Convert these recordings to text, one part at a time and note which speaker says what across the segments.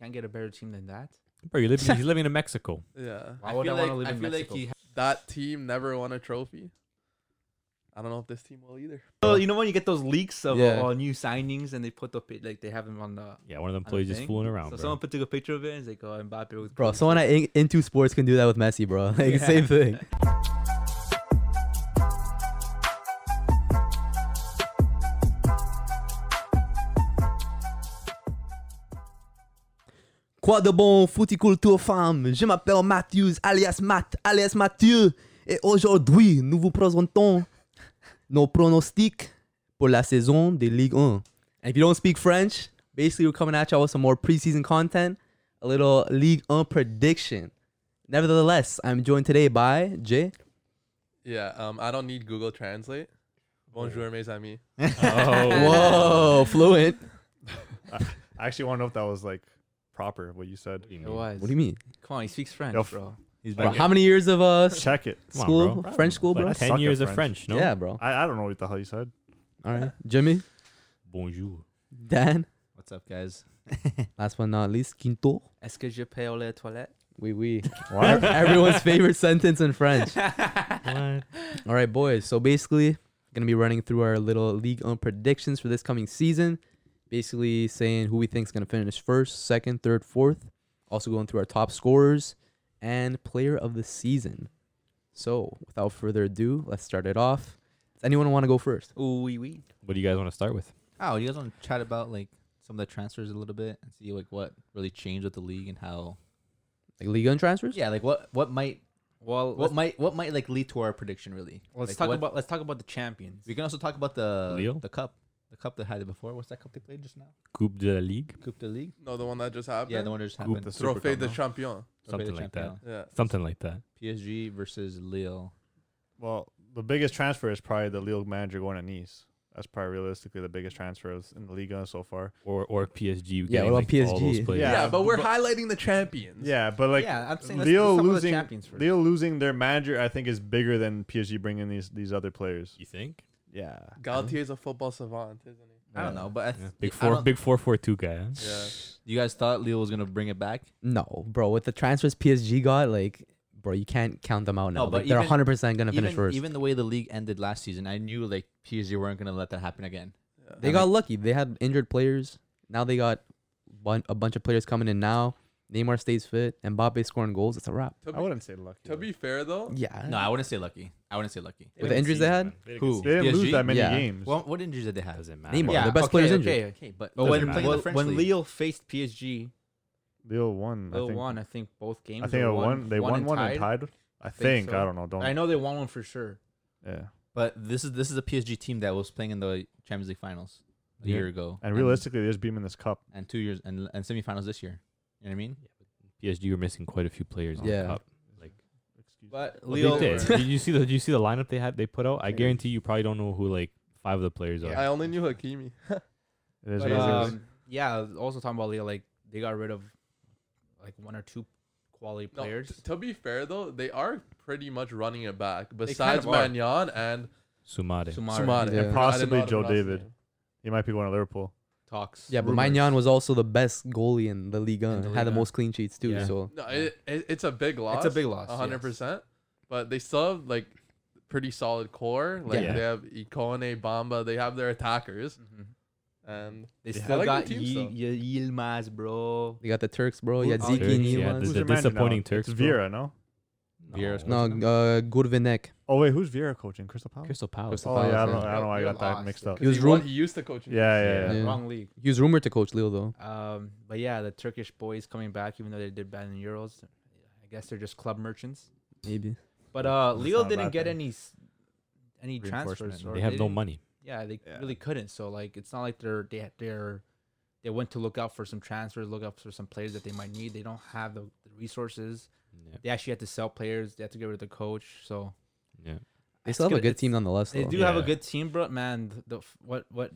Speaker 1: Can't get a better team than that.
Speaker 2: Bro, you're living, he's living in Mexico.
Speaker 3: Yeah.
Speaker 1: Why would
Speaker 3: feel
Speaker 1: I wanna
Speaker 3: like,
Speaker 1: live
Speaker 3: I
Speaker 1: in
Speaker 3: feel
Speaker 1: Mexico?
Speaker 3: like he, that team never won a trophy. I don't know if this team will either.
Speaker 1: Oh, you know when you get those leaks of
Speaker 3: Yeah.
Speaker 1: all new signings and they put the pi- like they have him on the.
Speaker 2: Yeah, one of them
Speaker 1: I
Speaker 2: players just
Speaker 1: think.
Speaker 2: fooling around.
Speaker 1: So
Speaker 2: bro.
Speaker 1: someone put took a picture of it and it's like, oh, Mbappe was.
Speaker 4: Bro, someone at in- Into Sports can do that with Messi, bro. Like,
Speaker 1: Yeah.
Speaker 4: same thing. Quoi de bon, Fouticulture Femme? Je m'appelle Matthews, alias Matt, alias Mathieu. Et aujourd'hui, nous vous présentons nos pronostics pour la saison de Ligue 1. And if you don't speak French, basically we're coming at y'all with some more preseason content, a little League 1 prediction. Nevertheless, I'm joined today by Jay.
Speaker 3: Yeah. Um. I don't need Google Translate. Bonjour, mes amis.
Speaker 2: Oh.
Speaker 4: Whoa, fluent.
Speaker 5: I actually want to know if that was like proper what you said.
Speaker 1: It was.
Speaker 4: What do you mean?
Speaker 1: Come on, he speaks French,
Speaker 5: Yo, f-
Speaker 1: bro.
Speaker 2: He's
Speaker 4: Bro,
Speaker 2: like,
Speaker 4: how many years of uh, s-
Speaker 5: Check it.
Speaker 2: Come on,
Speaker 4: school,
Speaker 2: bro.
Speaker 4: French school, bro?
Speaker 2: like
Speaker 5: suck
Speaker 2: 10
Speaker 5: at
Speaker 2: years of
Speaker 5: French.
Speaker 2: French, no?
Speaker 4: Yeah, bro.
Speaker 5: I, I don't know what the hell you said.
Speaker 4: All right. Jimmy,
Speaker 2: Bonjour.
Speaker 4: Dan,
Speaker 1: What's up, guys?
Speaker 4: last but not least, Quinto.
Speaker 1: Est-ce que je paye aux toilettes?
Speaker 4: Oui, oui.
Speaker 5: What?
Speaker 4: Everyone's favorite sentence in French.
Speaker 2: What?
Speaker 4: All right, boys. So basically, gonna be running through our little league on predictions for this coming season. Basically, saying who we think's gonna finish first, second, third, fourth. Also going through our top scorers and player of the season. So without further ado, let's start it off. Does anyone want to go first?
Speaker 6: Ooh, wee wee.
Speaker 2: What do you guys want to start with?
Speaker 6: Oh, you guys want to chat about like some of the transfers a little bit and see like what really changed with the league and how?
Speaker 4: Like league on transfers?
Speaker 6: Yeah, like what what might
Speaker 1: Well,
Speaker 6: what
Speaker 1: let's,
Speaker 6: might what might like lead to our prediction really?
Speaker 1: let's
Speaker 6: Like,
Speaker 1: talk
Speaker 6: what-
Speaker 1: about let's talk about the champions.
Speaker 6: We can also talk about the
Speaker 2: Leo?
Speaker 6: the cup, the cup that had it before. What's that cup they played just now?
Speaker 2: Coupe de la Ligue?
Speaker 6: Coupe de Ligue.
Speaker 3: No, the one that just happened.
Speaker 6: Yeah, the one that just
Speaker 2: Coupe
Speaker 6: happened.
Speaker 5: the
Speaker 6: Trofeo
Speaker 5: Super
Speaker 3: Trophée
Speaker 5: Cup,
Speaker 3: de
Speaker 5: no?
Speaker 3: champion.
Speaker 6: de
Speaker 2: Something like that.
Speaker 6: Champion.
Speaker 3: Yeah.
Speaker 2: Something like that.
Speaker 6: PSG versus Lille.
Speaker 5: Well, the biggest transfer is probably the Lille manager going to Nice. That's probably realistically the biggest transfers in the Liga so far.
Speaker 2: Or or PSG.
Speaker 4: Yeah,
Speaker 2: getting,
Speaker 4: what
Speaker 2: like,
Speaker 4: about
Speaker 2: All
Speaker 4: PSG?
Speaker 2: those players.
Speaker 3: Yeah,
Speaker 5: Yeah,
Speaker 3: but we're
Speaker 5: but-
Speaker 3: highlighting the champions.
Speaker 5: Yeah, but like
Speaker 1: yeah, I'm saying let's
Speaker 5: Leo
Speaker 1: do some of the
Speaker 5: losing-
Speaker 1: champions first.
Speaker 5: Lille losing their manager, I think, is bigger than PSG bringing these these other players.
Speaker 2: You think?
Speaker 5: Yeah.
Speaker 3: Galtier's a football savant, isn't he?
Speaker 6: I don't know, but I th-
Speaker 2: Yeah. Big
Speaker 6: I
Speaker 2: four,
Speaker 6: don't-
Speaker 2: big four, four, two guy. Huh?
Speaker 3: Yeah.
Speaker 6: You guys thought Lille was gonna bring it back?
Speaker 4: No, bro. With the transfers PSG got, like, bro, you can't count them out now.
Speaker 6: No, but
Speaker 4: like, they're
Speaker 6: even-
Speaker 4: 100% gonna finish
Speaker 6: Even,
Speaker 4: first.
Speaker 6: even the way the league ended last season, I knew like PSG weren't gonna let that happen again.
Speaker 3: yeah.
Speaker 4: They got lucky. They had injured players. Now they got bun- a bunch of players coming in now. Neymar stays fit. Mbappe scoring goals. It's a wrap.
Speaker 3: To
Speaker 5: I
Speaker 3: be,
Speaker 5: wouldn't say lucky.
Speaker 3: to be fair though,
Speaker 4: Yeah.
Speaker 1: Ah.
Speaker 6: No, I wouldn't say lucky. I wouldn't say lucky.
Speaker 4: With the injuries they had?
Speaker 6: Who?
Speaker 5: they didn't
Speaker 6: PSG?
Speaker 5: lose that many
Speaker 4: Yeah.
Speaker 5: games.
Speaker 6: Well, what injuries did they have?
Speaker 2: Doesn't matter.
Speaker 4: Neymar.
Speaker 2: Yeah.
Speaker 4: Yeah. the best
Speaker 1: okay,
Speaker 4: players
Speaker 1: okay, okay.
Speaker 6: Okay, but
Speaker 1: But
Speaker 2: Doesn't
Speaker 1: when
Speaker 2: matter.
Speaker 1: when,
Speaker 2: Playing
Speaker 1: when, Leo faced PSG,
Speaker 5: Lille won. I
Speaker 1: Leo
Speaker 5: think.
Speaker 1: won. I think both games.
Speaker 5: I think
Speaker 1: or
Speaker 5: they won. They won
Speaker 1: and
Speaker 5: one and
Speaker 1: tied.
Speaker 5: tied. I think.
Speaker 1: so.
Speaker 5: I don't know. Don't.
Speaker 1: I know they won one for sure.
Speaker 5: Yeah.
Speaker 6: but this is this is a PSG team that was playing in the Champions League finals a
Speaker 2: Yeah.
Speaker 6: year ago,
Speaker 5: And realistically, they just beat him in this cup.
Speaker 6: and, two years and and semifinals this year. You know what I mean?
Speaker 2: PSG were missing quite a few players.
Speaker 4: Yeah.
Speaker 2: Yeah. Cup.
Speaker 1: But
Speaker 2: But They
Speaker 1: Leo,
Speaker 2: did. did you see the did you see the lineup they had they put out? I guarantee you probably don't know who like five of the players are.
Speaker 3: I only knew Hakimi.
Speaker 5: It
Speaker 1: But,
Speaker 5: is what it is.
Speaker 1: um, yeah, also talking about Leo, like they got rid of like one or two quality
Speaker 3: No, t-
Speaker 1: players.
Speaker 3: to be fair though, they are pretty much running it back.
Speaker 1: kind
Speaker 3: Besides
Speaker 1: of are.
Speaker 3: Magnan and
Speaker 2: Sumare.
Speaker 1: Sumare
Speaker 3: Sumare,
Speaker 4: Yeah. And
Speaker 3: I did not
Speaker 5: possibly Joe
Speaker 3: pronounce
Speaker 5: David.
Speaker 3: him.
Speaker 5: He might be going to Liverpool.
Speaker 1: talks.
Speaker 4: Yeah, but
Speaker 5: Rumors.
Speaker 4: Maignan was also the best goalie in the league. uh,
Speaker 1: In the
Speaker 4: had the
Speaker 1: Liga.
Speaker 4: most clean sheets too.
Speaker 2: Yeah.
Speaker 4: So
Speaker 3: No, it, it, it's a big loss.
Speaker 1: it's a big loss.
Speaker 3: A hundred
Speaker 1: yes.
Speaker 3: percent. But they still have like pretty solid core. Like
Speaker 2: Yeah.
Speaker 3: they have Ikone, Bamba. They have their attackers,
Speaker 1: Mhm.
Speaker 3: and
Speaker 1: They
Speaker 3: Yeah.
Speaker 1: still
Speaker 3: I like
Speaker 1: got
Speaker 3: their teams,
Speaker 1: Yil- Yil-
Speaker 3: though.
Speaker 1: Yilmaz, bro.
Speaker 4: they got the Turks, bro. You had
Speaker 1: Who's-
Speaker 4: Zeke and
Speaker 1: Turks,
Speaker 2: yeah,
Speaker 4: Yilmaz.
Speaker 2: This is
Speaker 5: Who's
Speaker 2: the
Speaker 5: your manager now?
Speaker 2: disappointing Turks,
Speaker 5: It's
Speaker 2: bro.
Speaker 5: Vira, no?
Speaker 6: Vieira's
Speaker 4: No, uh, Gurvenek.
Speaker 5: Oh wait, who's Vira coaching? Crystal Palace.
Speaker 2: Crystal Palace.
Speaker 4: Crystal
Speaker 5: oh yeah, I
Speaker 4: Palace,
Speaker 5: don't, know,
Speaker 1: yeah.
Speaker 5: I don't know. why I
Speaker 1: You're
Speaker 5: got that
Speaker 1: lost.
Speaker 5: mixed up.
Speaker 4: He was
Speaker 3: he, wa-
Speaker 4: ruined.
Speaker 3: he used to coach. in
Speaker 5: Yeah, yeah, yeah.
Speaker 4: Yeah.
Speaker 1: Wrong league.
Speaker 4: He was rumored to coach Leo though.
Speaker 1: Um, but yeah, the Turkish boys coming back, even though they did bad in Euros. I guess they're just club merchants.
Speaker 4: Maybe.
Speaker 1: But uh,
Speaker 5: That's
Speaker 1: Leo
Speaker 5: not a
Speaker 1: didn't
Speaker 5: bad
Speaker 1: get
Speaker 5: thing.
Speaker 1: any s- any transfers.
Speaker 2: They have no
Speaker 1: didn't-
Speaker 2: money.
Speaker 1: Yeah, they
Speaker 5: Yeah.
Speaker 1: really couldn't. So like, it's not like they're they they're they went to look out for some transfers, look out for some players that they might need. They don't have the, the resources.
Speaker 2: Yeah.
Speaker 1: They actually had to sell players. They had to get rid of the coach. So
Speaker 2: yeah.
Speaker 4: They
Speaker 1: it's
Speaker 4: still have a
Speaker 1: gonna-
Speaker 4: good team nonetheless.
Speaker 1: They
Speaker 4: though.
Speaker 1: do have a
Speaker 2: Yeah.
Speaker 1: good team, but man, th- the f- what what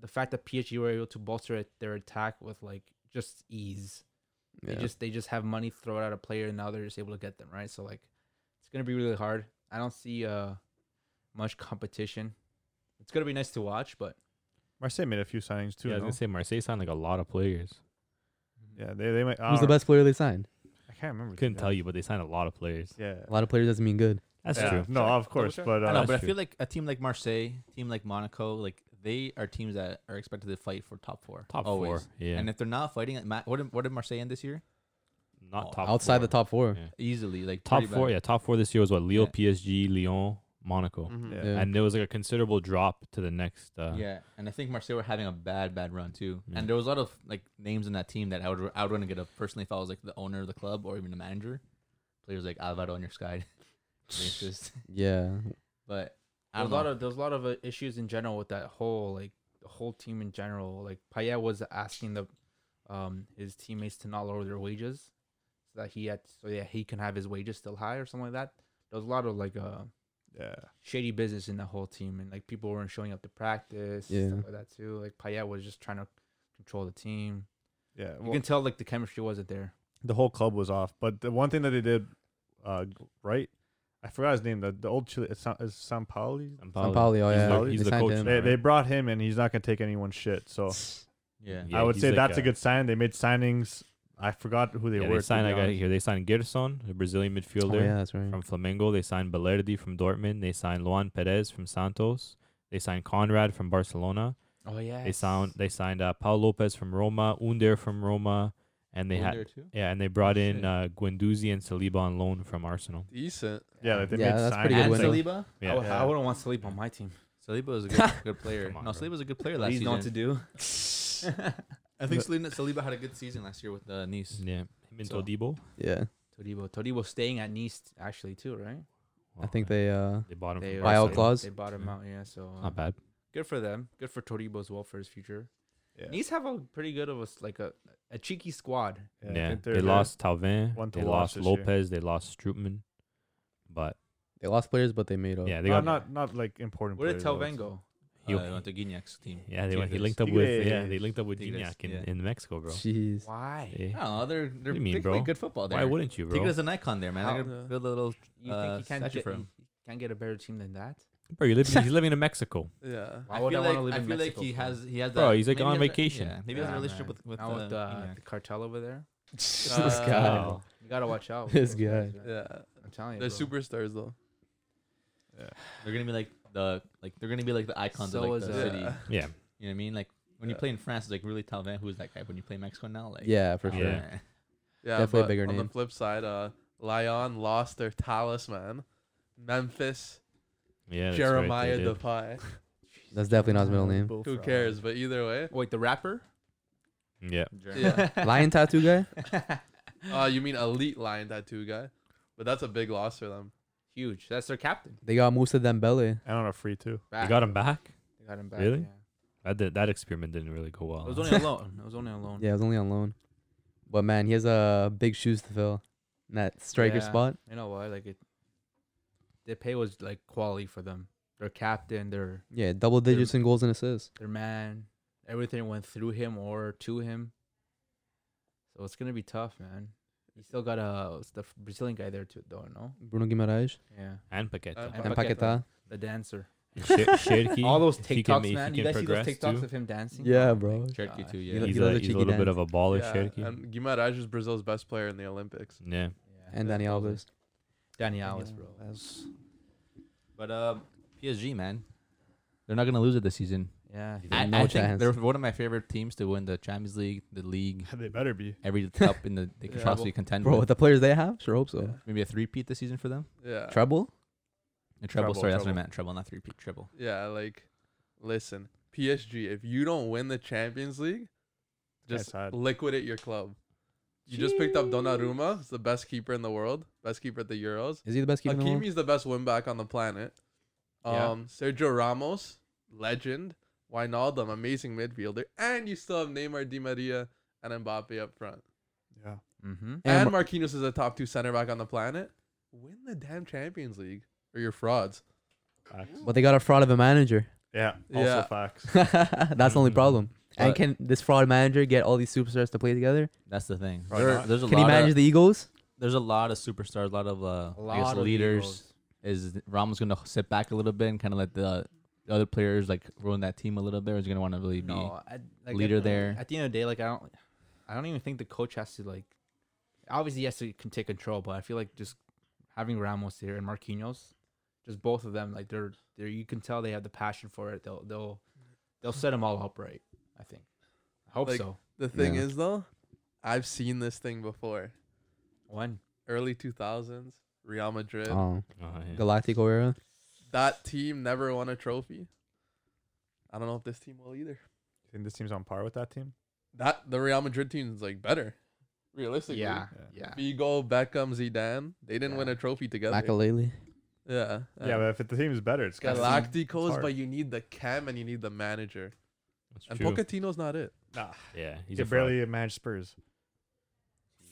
Speaker 1: the fact that PSG were able to bolster it, their attack with like just ease.
Speaker 4: Yeah.
Speaker 1: They just they just have money throw it at a player, and now they're just able to get them right. So like, it's gonna be really hard. I don't see uh much competition. It's gonna be nice to watch, but
Speaker 5: Marseille made a few signings too.
Speaker 2: yeah, I was
Speaker 5: no?
Speaker 2: gonna say Marseille signed like a lot of players.
Speaker 5: Yeah, they they might. I
Speaker 4: Who's the
Speaker 5: don't-
Speaker 4: best player they signed?
Speaker 5: I can't remember. to
Speaker 2: Couldn't
Speaker 5: be
Speaker 2: tell
Speaker 5: honest.
Speaker 2: you, but they signed a lot of players.
Speaker 5: Yeah,
Speaker 4: A lot of players doesn't mean good.
Speaker 2: That's
Speaker 5: Yeah.
Speaker 2: true.
Speaker 5: No, of course,
Speaker 3: check.
Speaker 5: but
Speaker 2: I No,
Speaker 5: uh,
Speaker 6: No,
Speaker 2: that's
Speaker 6: but I
Speaker 2: true.
Speaker 6: feel like a team like Marseille, team like Monaco, like they are teams that are expected to fight for top four.
Speaker 2: Top
Speaker 6: always.
Speaker 2: four. Yeah.
Speaker 6: And if they're not fighting, like, Ma- what did, what did Marseille end this year?
Speaker 2: not
Speaker 6: Oh,
Speaker 2: top
Speaker 4: Outside
Speaker 2: four.
Speaker 4: the top four.
Speaker 2: Yeah.
Speaker 6: Easily, like
Speaker 2: Top
Speaker 6: pretty
Speaker 2: four,
Speaker 6: bad.
Speaker 2: yeah. Top four this year was what? Leo,
Speaker 6: Yeah.
Speaker 2: PSG, Lyon, Monaco.
Speaker 3: Mhm.
Speaker 5: yeah.
Speaker 4: Yeah.
Speaker 2: And there was like a considerable drop to the next. Uh,
Speaker 6: yeah, and I think Marseille were having a bad, bad run too.
Speaker 2: Yeah.
Speaker 6: And there was a lot of like names in that team that I would I would want to get up personally if I was like the owner of the club or even the manager. Players like Alvaro on your sky,
Speaker 4: Yeah.
Speaker 6: but I
Speaker 1: There's
Speaker 6: don't
Speaker 1: a
Speaker 6: know.
Speaker 1: lot of there's a lot of uh, issues in general with that whole like the whole team in general. Like Payet was asking the um his teammates to not lower their wages so that he had so that he can have his wages still high or something like that. There was a lot of like uh
Speaker 5: yeah.
Speaker 1: shady business in the whole team and like people weren't showing up to practice
Speaker 4: Yeah.
Speaker 1: yeah. stuff like that too. Like Payet was just trying to control the team.
Speaker 5: Yeah,
Speaker 1: you
Speaker 5: well,
Speaker 1: can tell like the chemistry wasn't there.
Speaker 5: the whole club was off. But the one thing that they did uh, g- right, I forgot his name. The, the old Chile, it's Sa- is Sampaoli.
Speaker 4: San Paolo,
Speaker 2: He's
Speaker 4: oh, yeah.
Speaker 2: the-
Speaker 4: They
Speaker 2: he's the
Speaker 4: signed
Speaker 2: coach
Speaker 4: him.
Speaker 2: now,
Speaker 5: They, they
Speaker 2: right?
Speaker 5: brought him, and he's not gonna take anyone's shit. So
Speaker 6: yeah.
Speaker 2: Yeah,
Speaker 5: I would
Speaker 2: he's
Speaker 5: say
Speaker 2: like,
Speaker 5: that's
Speaker 2: uh,
Speaker 5: a good sign. They made signings. I forgot who they
Speaker 2: yeah, they
Speaker 5: were. to
Speaker 2: signed
Speaker 5: be
Speaker 2: that guy
Speaker 5: honest.
Speaker 2: here. They signed Gerson, a Brazilian
Speaker 4: Oh,
Speaker 2: midfielder
Speaker 4: yeah, that's right.
Speaker 2: from Flamengo. They signed Belerdi from Dortmund. They signed Luan Perez from Santos. They signed Conrad from Barcelona.
Speaker 1: Oh yeah.
Speaker 2: They signed they signed uh, Paulo Lopez from Roma, Under from Roma, and they
Speaker 6: Over
Speaker 2: had
Speaker 6: there, too.
Speaker 2: yeah, and they brought in
Speaker 6: Shit.
Speaker 2: uh, Guendouzi and Saliba on loan from Arsenal.
Speaker 3: Decent.
Speaker 5: Yeah, like they
Speaker 4: Yeah,
Speaker 5: made
Speaker 4: that's
Speaker 5: signings.
Speaker 4: pretty good
Speaker 6: And
Speaker 4: window.
Speaker 6: Saliba,
Speaker 1: I,
Speaker 2: Yeah,
Speaker 1: would, Oh, I wouldn't want to sleep on my team.
Speaker 6: Saliba was a good, good player.
Speaker 2: Come on,
Speaker 6: no,
Speaker 2: bro.
Speaker 6: Saliba was a good player last
Speaker 1: He's
Speaker 6: season.
Speaker 1: known to do.
Speaker 6: I think Saliba, Saliba had a good season last year with uh, Nice.
Speaker 2: yeah. Him and
Speaker 6: So-
Speaker 2: Todibo.
Speaker 4: Yeah.
Speaker 1: Todibo. Todibo staying at Nice actually too, right?
Speaker 4: I
Speaker 2: Well,
Speaker 4: think
Speaker 2: yeah,
Speaker 4: they uh
Speaker 2: they bought him.
Speaker 1: They
Speaker 2: from
Speaker 4: buyout
Speaker 2: Barcelona.
Speaker 4: clause.
Speaker 1: They bought him out, yeah. So uh,
Speaker 2: Not bad.
Speaker 1: good for them. Good for Toribo as well for his future.
Speaker 5: Yeah.
Speaker 1: Nice have a pretty good of a s- like a a cheeky squad.
Speaker 5: I
Speaker 2: Yeah,
Speaker 5: think
Speaker 2: they
Speaker 5: they're-
Speaker 2: lost Talvin.
Speaker 5: one to
Speaker 2: They lost
Speaker 5: watch this year.
Speaker 2: Lopez. They lost Strootman. But
Speaker 4: they lost players but they made up.
Speaker 2: yeah, they got
Speaker 5: Not, not not like important.
Speaker 1: Where did
Speaker 5: players,
Speaker 1: Telven
Speaker 5: though.
Speaker 1: go?
Speaker 2: He-
Speaker 6: uh, went to Guignac's team.
Speaker 2: yeah they went, he
Speaker 6: Tigres.
Speaker 2: linked up with yeah
Speaker 5: Tigres.
Speaker 2: they linked up with
Speaker 6: Tigres,
Speaker 2: Gignac in,
Speaker 6: yeah.
Speaker 2: in Mexico, bro.
Speaker 4: Jeez.
Speaker 1: Why?
Speaker 2: Eh,
Speaker 6: I don't know. They're they're
Speaker 2: you mean,
Speaker 6: they play
Speaker 2: bro?
Speaker 6: good
Speaker 1: Oh,
Speaker 6: football there.
Speaker 2: Why wouldn't you, bro?
Speaker 6: Tigres an icon there, man.
Speaker 1: How-
Speaker 6: They're gonna build a little.
Speaker 1: You
Speaker 6: Uh,
Speaker 1: think he can't
Speaker 6: statue
Speaker 1: get
Speaker 6: for
Speaker 1: he,
Speaker 6: him.
Speaker 1: he can't get a better team than that?
Speaker 2: Bro, you're living, he's living in Mexico.
Speaker 3: Yeah.
Speaker 1: Why
Speaker 6: I
Speaker 1: would
Speaker 6: feel
Speaker 1: I want
Speaker 6: like,
Speaker 1: to live
Speaker 6: I
Speaker 1: in
Speaker 6: feel like
Speaker 1: Mexico?
Speaker 6: he
Speaker 1: for?
Speaker 6: has he has.
Speaker 2: Bro,
Speaker 6: that-
Speaker 2: he's, like,
Speaker 6: maybe
Speaker 2: on
Speaker 6: he has a-
Speaker 2: vacation.
Speaker 6: yeah, maybe he has a
Speaker 1: Yeah,
Speaker 6: relationship
Speaker 1: man.
Speaker 6: with with
Speaker 1: Now with
Speaker 6: uh,
Speaker 1: uh,
Speaker 6: Gignac.
Speaker 1: the cartel over there.
Speaker 4: this
Speaker 3: Uh,
Speaker 4: guy.
Speaker 2: Wow.
Speaker 1: You gotta watch out. with
Speaker 4: This
Speaker 1: those guys,
Speaker 4: guy.
Speaker 1: man.
Speaker 3: Yeah.
Speaker 1: I'm telling you.
Speaker 3: They're
Speaker 1: bro.
Speaker 3: superstars though.
Speaker 6: They're gonna be like the like they're gonna be like the icons
Speaker 1: So
Speaker 6: of
Speaker 1: is,
Speaker 6: like, the
Speaker 1: uh,
Speaker 6: city. You know
Speaker 3: Yeah.
Speaker 2: Yeah,
Speaker 6: what I mean? Like when you
Speaker 3: Yeah.
Speaker 6: play in France, it's like really Talvin who's that guy. When you play in Mexico now, like
Speaker 4: Yeah, for sure.
Speaker 2: Yeah.
Speaker 3: Yeah,
Speaker 4: Definitely a
Speaker 3: but
Speaker 4: bigger
Speaker 3: on
Speaker 4: name.
Speaker 3: the flip side, uh, Lyon lost their talisman, Memphis
Speaker 2: yeah. that's right, they
Speaker 3: Jeremiah
Speaker 2: did.
Speaker 3: Depay.
Speaker 4: That's definitely not his middle name.
Speaker 3: Who cares? But either way,
Speaker 1: Wait, the rapper?
Speaker 2: Yeah,
Speaker 3: yeah.
Speaker 4: Lion tattoo guy?
Speaker 3: Uh, you mean elite lion tattoo guy? But that's a big loss for them.
Speaker 1: Huge. That's their captain.
Speaker 4: They got Musa Dembele.
Speaker 5: And on a free too.
Speaker 2: they
Speaker 1: Back.
Speaker 2: got him back.
Speaker 1: They got him back.
Speaker 2: Really?
Speaker 1: yeah.
Speaker 2: That did, that experiment didn't really go well.
Speaker 1: It was
Speaker 2: huh?
Speaker 1: only a loan. It was only a loan.
Speaker 4: Yeah, it was only on loan. But man, he has uh big shoes to fill. In that striker
Speaker 1: Yeah.
Speaker 4: spot.
Speaker 1: You know why? Like it. Their pay was like quality for them. Their captain, their
Speaker 4: Yeah, double digits in goals and assists.
Speaker 1: their man. Everything went through him or to him. So it's gonna be tough, man. You still got uh it's the Brazilian guy there too, though. No,
Speaker 4: Bruno Guimaraes
Speaker 1: yeah,
Speaker 2: and Paqueta.
Speaker 3: Uh,
Speaker 4: and
Speaker 1: Paqueta.
Speaker 4: Paqueta.
Speaker 1: the dancer.
Speaker 2: And Sh- Cherki,
Speaker 1: All those
Speaker 2: if he can-
Speaker 1: TikToks,
Speaker 2: if he
Speaker 1: man. You
Speaker 2: can
Speaker 1: guys see those
Speaker 2: progress
Speaker 1: TikToks
Speaker 2: too.
Speaker 1: of him dancing?
Speaker 4: Yeah, bro.
Speaker 6: Cherokee
Speaker 1: God.
Speaker 6: too.
Speaker 4: You
Speaker 6: Yeah.
Speaker 4: look-
Speaker 2: He's
Speaker 4: he does
Speaker 2: a,
Speaker 4: a
Speaker 2: he's a
Speaker 4: cheeky
Speaker 2: little bit
Speaker 4: dance.
Speaker 2: of a baller,
Speaker 3: yeah,
Speaker 2: Cherokee.
Speaker 3: and Guimarães is Brazil's best player in the Olympics.
Speaker 2: yeah.
Speaker 1: yeah.
Speaker 4: And Danny Alves.
Speaker 1: Danny Alves, bro.
Speaker 6: But um, PSG man, they're not gonna lose it this season.
Speaker 1: Yeah,
Speaker 4: You
Speaker 6: I,
Speaker 4: No
Speaker 6: I think
Speaker 4: chance.
Speaker 6: they're one of my favorite teams to win the Champions League, the league,
Speaker 5: They better be.
Speaker 6: every cup in the they can
Speaker 3: Yeah.
Speaker 6: possibly contend
Speaker 4: Bro,
Speaker 6: with.
Speaker 4: with the players they have, sure hope so.
Speaker 6: Maybe a three-peat this season for them.
Speaker 3: Yeah.
Speaker 4: Treble?
Speaker 6: A treble,
Speaker 5: Treble,
Speaker 6: sorry, that's what I
Speaker 5: treble.
Speaker 6: meant. Treble, not three-peat. Treble.
Speaker 3: Yeah, like, listen, PSG, if you don't win the Champions League, just
Speaker 5: sad.
Speaker 3: liquidate your club. You just picked up Donnarumma, who's the best keeper in the world, best keeper at the Euros.
Speaker 4: Is he the best keeper in the world?
Speaker 3: Hakimi's the best win back on the planet.
Speaker 1: Yeah.
Speaker 3: Um, Sergio Ramos, legend. Wijnaldum, amazing midfielder, and you still have Neymar, Di Maria, and Mbappe up front.
Speaker 5: Yeah.
Speaker 1: mm-hmm.
Speaker 4: And
Speaker 3: And, Marquinhos is a top two center back on the planet. Win the damn Champions League or you're frauds.
Speaker 5: Facts.
Speaker 4: But they got a fraud of a manager.
Speaker 5: Yeah. Also
Speaker 3: Yeah.
Speaker 5: facts.
Speaker 4: That's the only
Speaker 2: Mhm.
Speaker 4: problem. And
Speaker 6: But-
Speaker 4: can this fraud manager get all these superstars to play together?
Speaker 6: That's the thing.
Speaker 5: Probably
Speaker 6: There-
Speaker 5: not.
Speaker 6: there's a
Speaker 4: Can he
Speaker 6: lot.
Speaker 4: manage
Speaker 6: of,
Speaker 4: the Eagles?
Speaker 6: there's a lot of superstars, a lot of uh,
Speaker 1: A
Speaker 6: I guess
Speaker 1: lot of
Speaker 6: leaders.
Speaker 1: Eagles.
Speaker 6: Is Ramos gonna sit back a little bit and kind of let the, the other players like ruin that team a little bit? Or is he gonna want to really be?
Speaker 1: No, I, like,
Speaker 6: leader
Speaker 1: at,
Speaker 6: there.
Speaker 1: At the end of the day, like I don't, I don't even think the coach has to like. Obviously, yes, he can take control, but I feel like just having Ramos here and Marquinhos, just both of them, like they're they are you can tell they have the passion for it. They'll they'll they'll set them all up right. I think. I hope
Speaker 3: Like-
Speaker 1: so.
Speaker 3: The thing
Speaker 4: Yeah.
Speaker 3: is though, I've seen this thing before.
Speaker 1: When
Speaker 3: Early 2000s, Real Madrid.
Speaker 4: Oh,
Speaker 2: Oh, yeah.
Speaker 4: Galactico era.
Speaker 3: That team never won a trophy. I don't know if this team will either.
Speaker 5: think this team's on par with that team?
Speaker 3: That the Real Madrid team is like better, realistically.
Speaker 1: yeah, yeah,
Speaker 5: Yeah.
Speaker 3: Figo, Beckham, Zidane, they didn't win
Speaker 1: Yeah.
Speaker 3: a trophy together.
Speaker 4: Makalele.
Speaker 3: yeah.
Speaker 5: Yeah, but if it, the team is better, it's gotta be- it's
Speaker 3: Galacticos,
Speaker 5: hard.
Speaker 3: but you need the cam and you need the manager.
Speaker 2: That's
Speaker 3: And
Speaker 2: true.
Speaker 3: Pocatino's not it.
Speaker 5: Nah,
Speaker 2: Yeah,
Speaker 5: he
Speaker 2: he's a
Speaker 5: can
Speaker 2: barely.
Speaker 5: barely manage Spurs.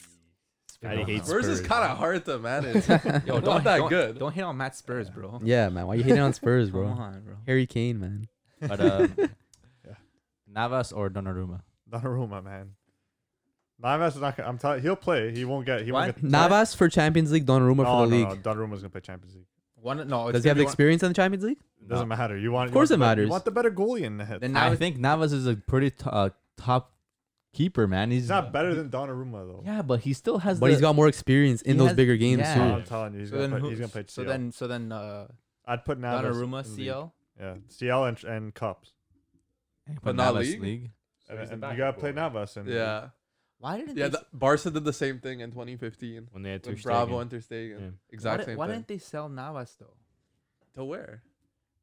Speaker 2: Spurs.
Speaker 5: hates
Speaker 2: hates
Speaker 5: Spurs.
Speaker 3: Spurs is kind of hard to manage.
Speaker 1: Yo,
Speaker 3: Not
Speaker 1: don't,
Speaker 3: that
Speaker 1: don't,
Speaker 3: good.
Speaker 1: Don't hit on Matt Spurs, bro.
Speaker 4: Yeah, man. Why you hating on Spurs,
Speaker 1: Come
Speaker 4: bro?
Speaker 1: on, bro.
Speaker 4: Harry Kane, man.
Speaker 6: But um,
Speaker 5: Yeah.
Speaker 6: Navas or Donnarumma?
Speaker 5: Donnarumma, man. Navas is not. gonna- I'm telling. He'll play. He won't get. He won't
Speaker 1: What?
Speaker 5: get.
Speaker 4: Navas for Champions League, Donnarumma
Speaker 5: No,
Speaker 4: for the
Speaker 5: no,
Speaker 4: league.
Speaker 5: no. Donnarumma's gonna play Champions League.
Speaker 1: One, no,
Speaker 4: Does he have the
Speaker 1: experience?
Speaker 4: experience in the Champions League?
Speaker 5: It doesn't matter. You want.
Speaker 4: Of
Speaker 5: you
Speaker 4: course it
Speaker 5: want the better-
Speaker 4: matters.
Speaker 5: You want the better goalie in the head.
Speaker 1: Then
Speaker 6: I
Speaker 1: Navas-
Speaker 6: think Navas is a pretty t- uh, top keeper, man. He's
Speaker 5: He's not better than Donnarumma though.
Speaker 6: Yeah, but he still has.
Speaker 4: But
Speaker 6: the,
Speaker 4: he's got more experience in
Speaker 6: he
Speaker 4: those
Speaker 6: has-
Speaker 4: bigger games
Speaker 6: yeah.
Speaker 5: No,
Speaker 4: too.
Speaker 5: I'm telling you, he's
Speaker 1: so
Speaker 5: gonna
Speaker 1: then
Speaker 5: play.
Speaker 1: who-
Speaker 5: He's gonna play.
Speaker 1: So
Speaker 5: CL.
Speaker 1: then, so then, uh,
Speaker 5: I'd put Navas.
Speaker 1: Donnarumma,
Speaker 5: in league.
Speaker 1: CL.
Speaker 5: Yeah, CL and, and cups.
Speaker 3: But not
Speaker 6: Navas
Speaker 3: league?
Speaker 5: And- and you gotta play Navas. And
Speaker 3: Yeah.
Speaker 1: Why didn't
Speaker 3: Yeah,
Speaker 1: they,
Speaker 3: the, Barca did the same thing in 2015
Speaker 2: when they had Ter
Speaker 3: with Bravo
Speaker 2: Stegen.
Speaker 3: and Ter Stegen.
Speaker 2: Yeah.
Speaker 1: why,
Speaker 3: Exact
Speaker 1: did,
Speaker 3: same
Speaker 1: why
Speaker 3: thing.
Speaker 1: didn't they sell Navas though?
Speaker 3: to where?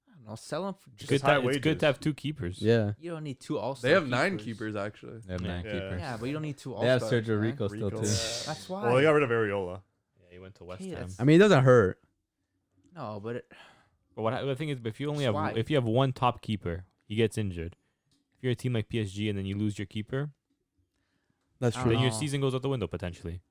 Speaker 1: I don't know. Sell him for
Speaker 2: It's
Speaker 1: just
Speaker 2: good,
Speaker 5: Just high
Speaker 2: to, it's good
Speaker 5: wages.
Speaker 2: to have two keepers.
Speaker 4: Yeah.
Speaker 1: You don't need two all.
Speaker 3: They have nine keepers actually.
Speaker 6: They have
Speaker 2: Yeah.
Speaker 6: nine
Speaker 5: Yeah.
Speaker 6: keepers.
Speaker 1: Yeah, but you don't need two all.
Speaker 6: They have Sergio Rico still
Speaker 5: Rico.
Speaker 6: too.
Speaker 1: That's why.
Speaker 5: Well, they got rid of Areola.
Speaker 2: Yeah, he went to West
Speaker 1: Okay,
Speaker 2: Ham.
Speaker 1: that's-
Speaker 4: I mean, it doesn't hurt.
Speaker 1: No, but it,
Speaker 2: But what I, the thing is, but if you only
Speaker 1: That's
Speaker 2: have
Speaker 1: why.
Speaker 2: if you have one top keeper, he gets injured. If you're a team like PSG and then you lose your keeper,
Speaker 4: That's
Speaker 1: I
Speaker 4: true.
Speaker 1: don't
Speaker 2: then your
Speaker 1: know.
Speaker 2: season goes out the window potentially.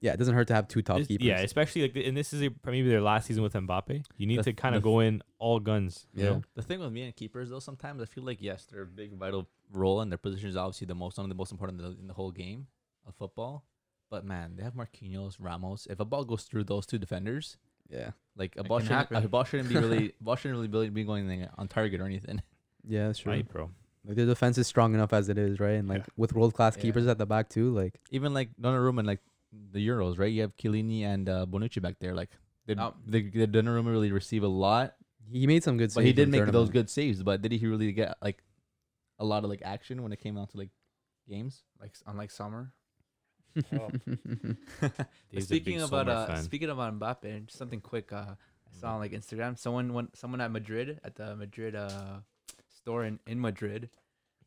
Speaker 4: Yeah, it doesn't hurt to have two top
Speaker 2: This-
Speaker 4: keepers.
Speaker 2: Yeah, especially like, and this is a, maybe their last season with Mbappe. You need
Speaker 6: The-
Speaker 2: to kind
Speaker 6: the-
Speaker 2: of go in all guns. you
Speaker 4: Yeah.
Speaker 2: know?
Speaker 6: The thing with me and keepers though, sometimes I feel like yes, they're a big vital role and their position is obviously the most one of the most important in the, in the whole game of football. But man, they have Marquinhos, Ramos. If a ball goes through those two defenders,
Speaker 4: yeah.
Speaker 6: like a
Speaker 1: It
Speaker 6: ball
Speaker 1: can
Speaker 6: shouldn't a
Speaker 1: happen.
Speaker 6: ball shouldn't be really ball shouldn't really be- be going anything on target or anything.
Speaker 4: Yeah, that's true.
Speaker 2: right, bro.
Speaker 4: Like their defense is strong enough as it is, right? And like
Speaker 5: Yeah.
Speaker 4: with world class
Speaker 1: Yeah.
Speaker 4: keepers at the back too, like
Speaker 6: Even like Donnarumma, and, like the Euros, right? You have Chiellini and uh, Bonucci back there. Like did
Speaker 1: Um,
Speaker 6: did, did Donnarumma really receive a lot?
Speaker 4: he made some good saves.
Speaker 6: But he did
Speaker 4: in
Speaker 6: make those
Speaker 4: tournament.
Speaker 6: good saves. But did he really get like a lot of like action when it came out to like games?
Speaker 1: like unlike summer.
Speaker 2: He's a
Speaker 1: speaking
Speaker 2: big
Speaker 1: about
Speaker 2: Sommer
Speaker 1: uh,
Speaker 2: fan.
Speaker 1: speaking about Mbappe, just something quick. Uh, I saw on like Instagram, someone went, someone at Madrid at the Madrid uh store in, in Madrid,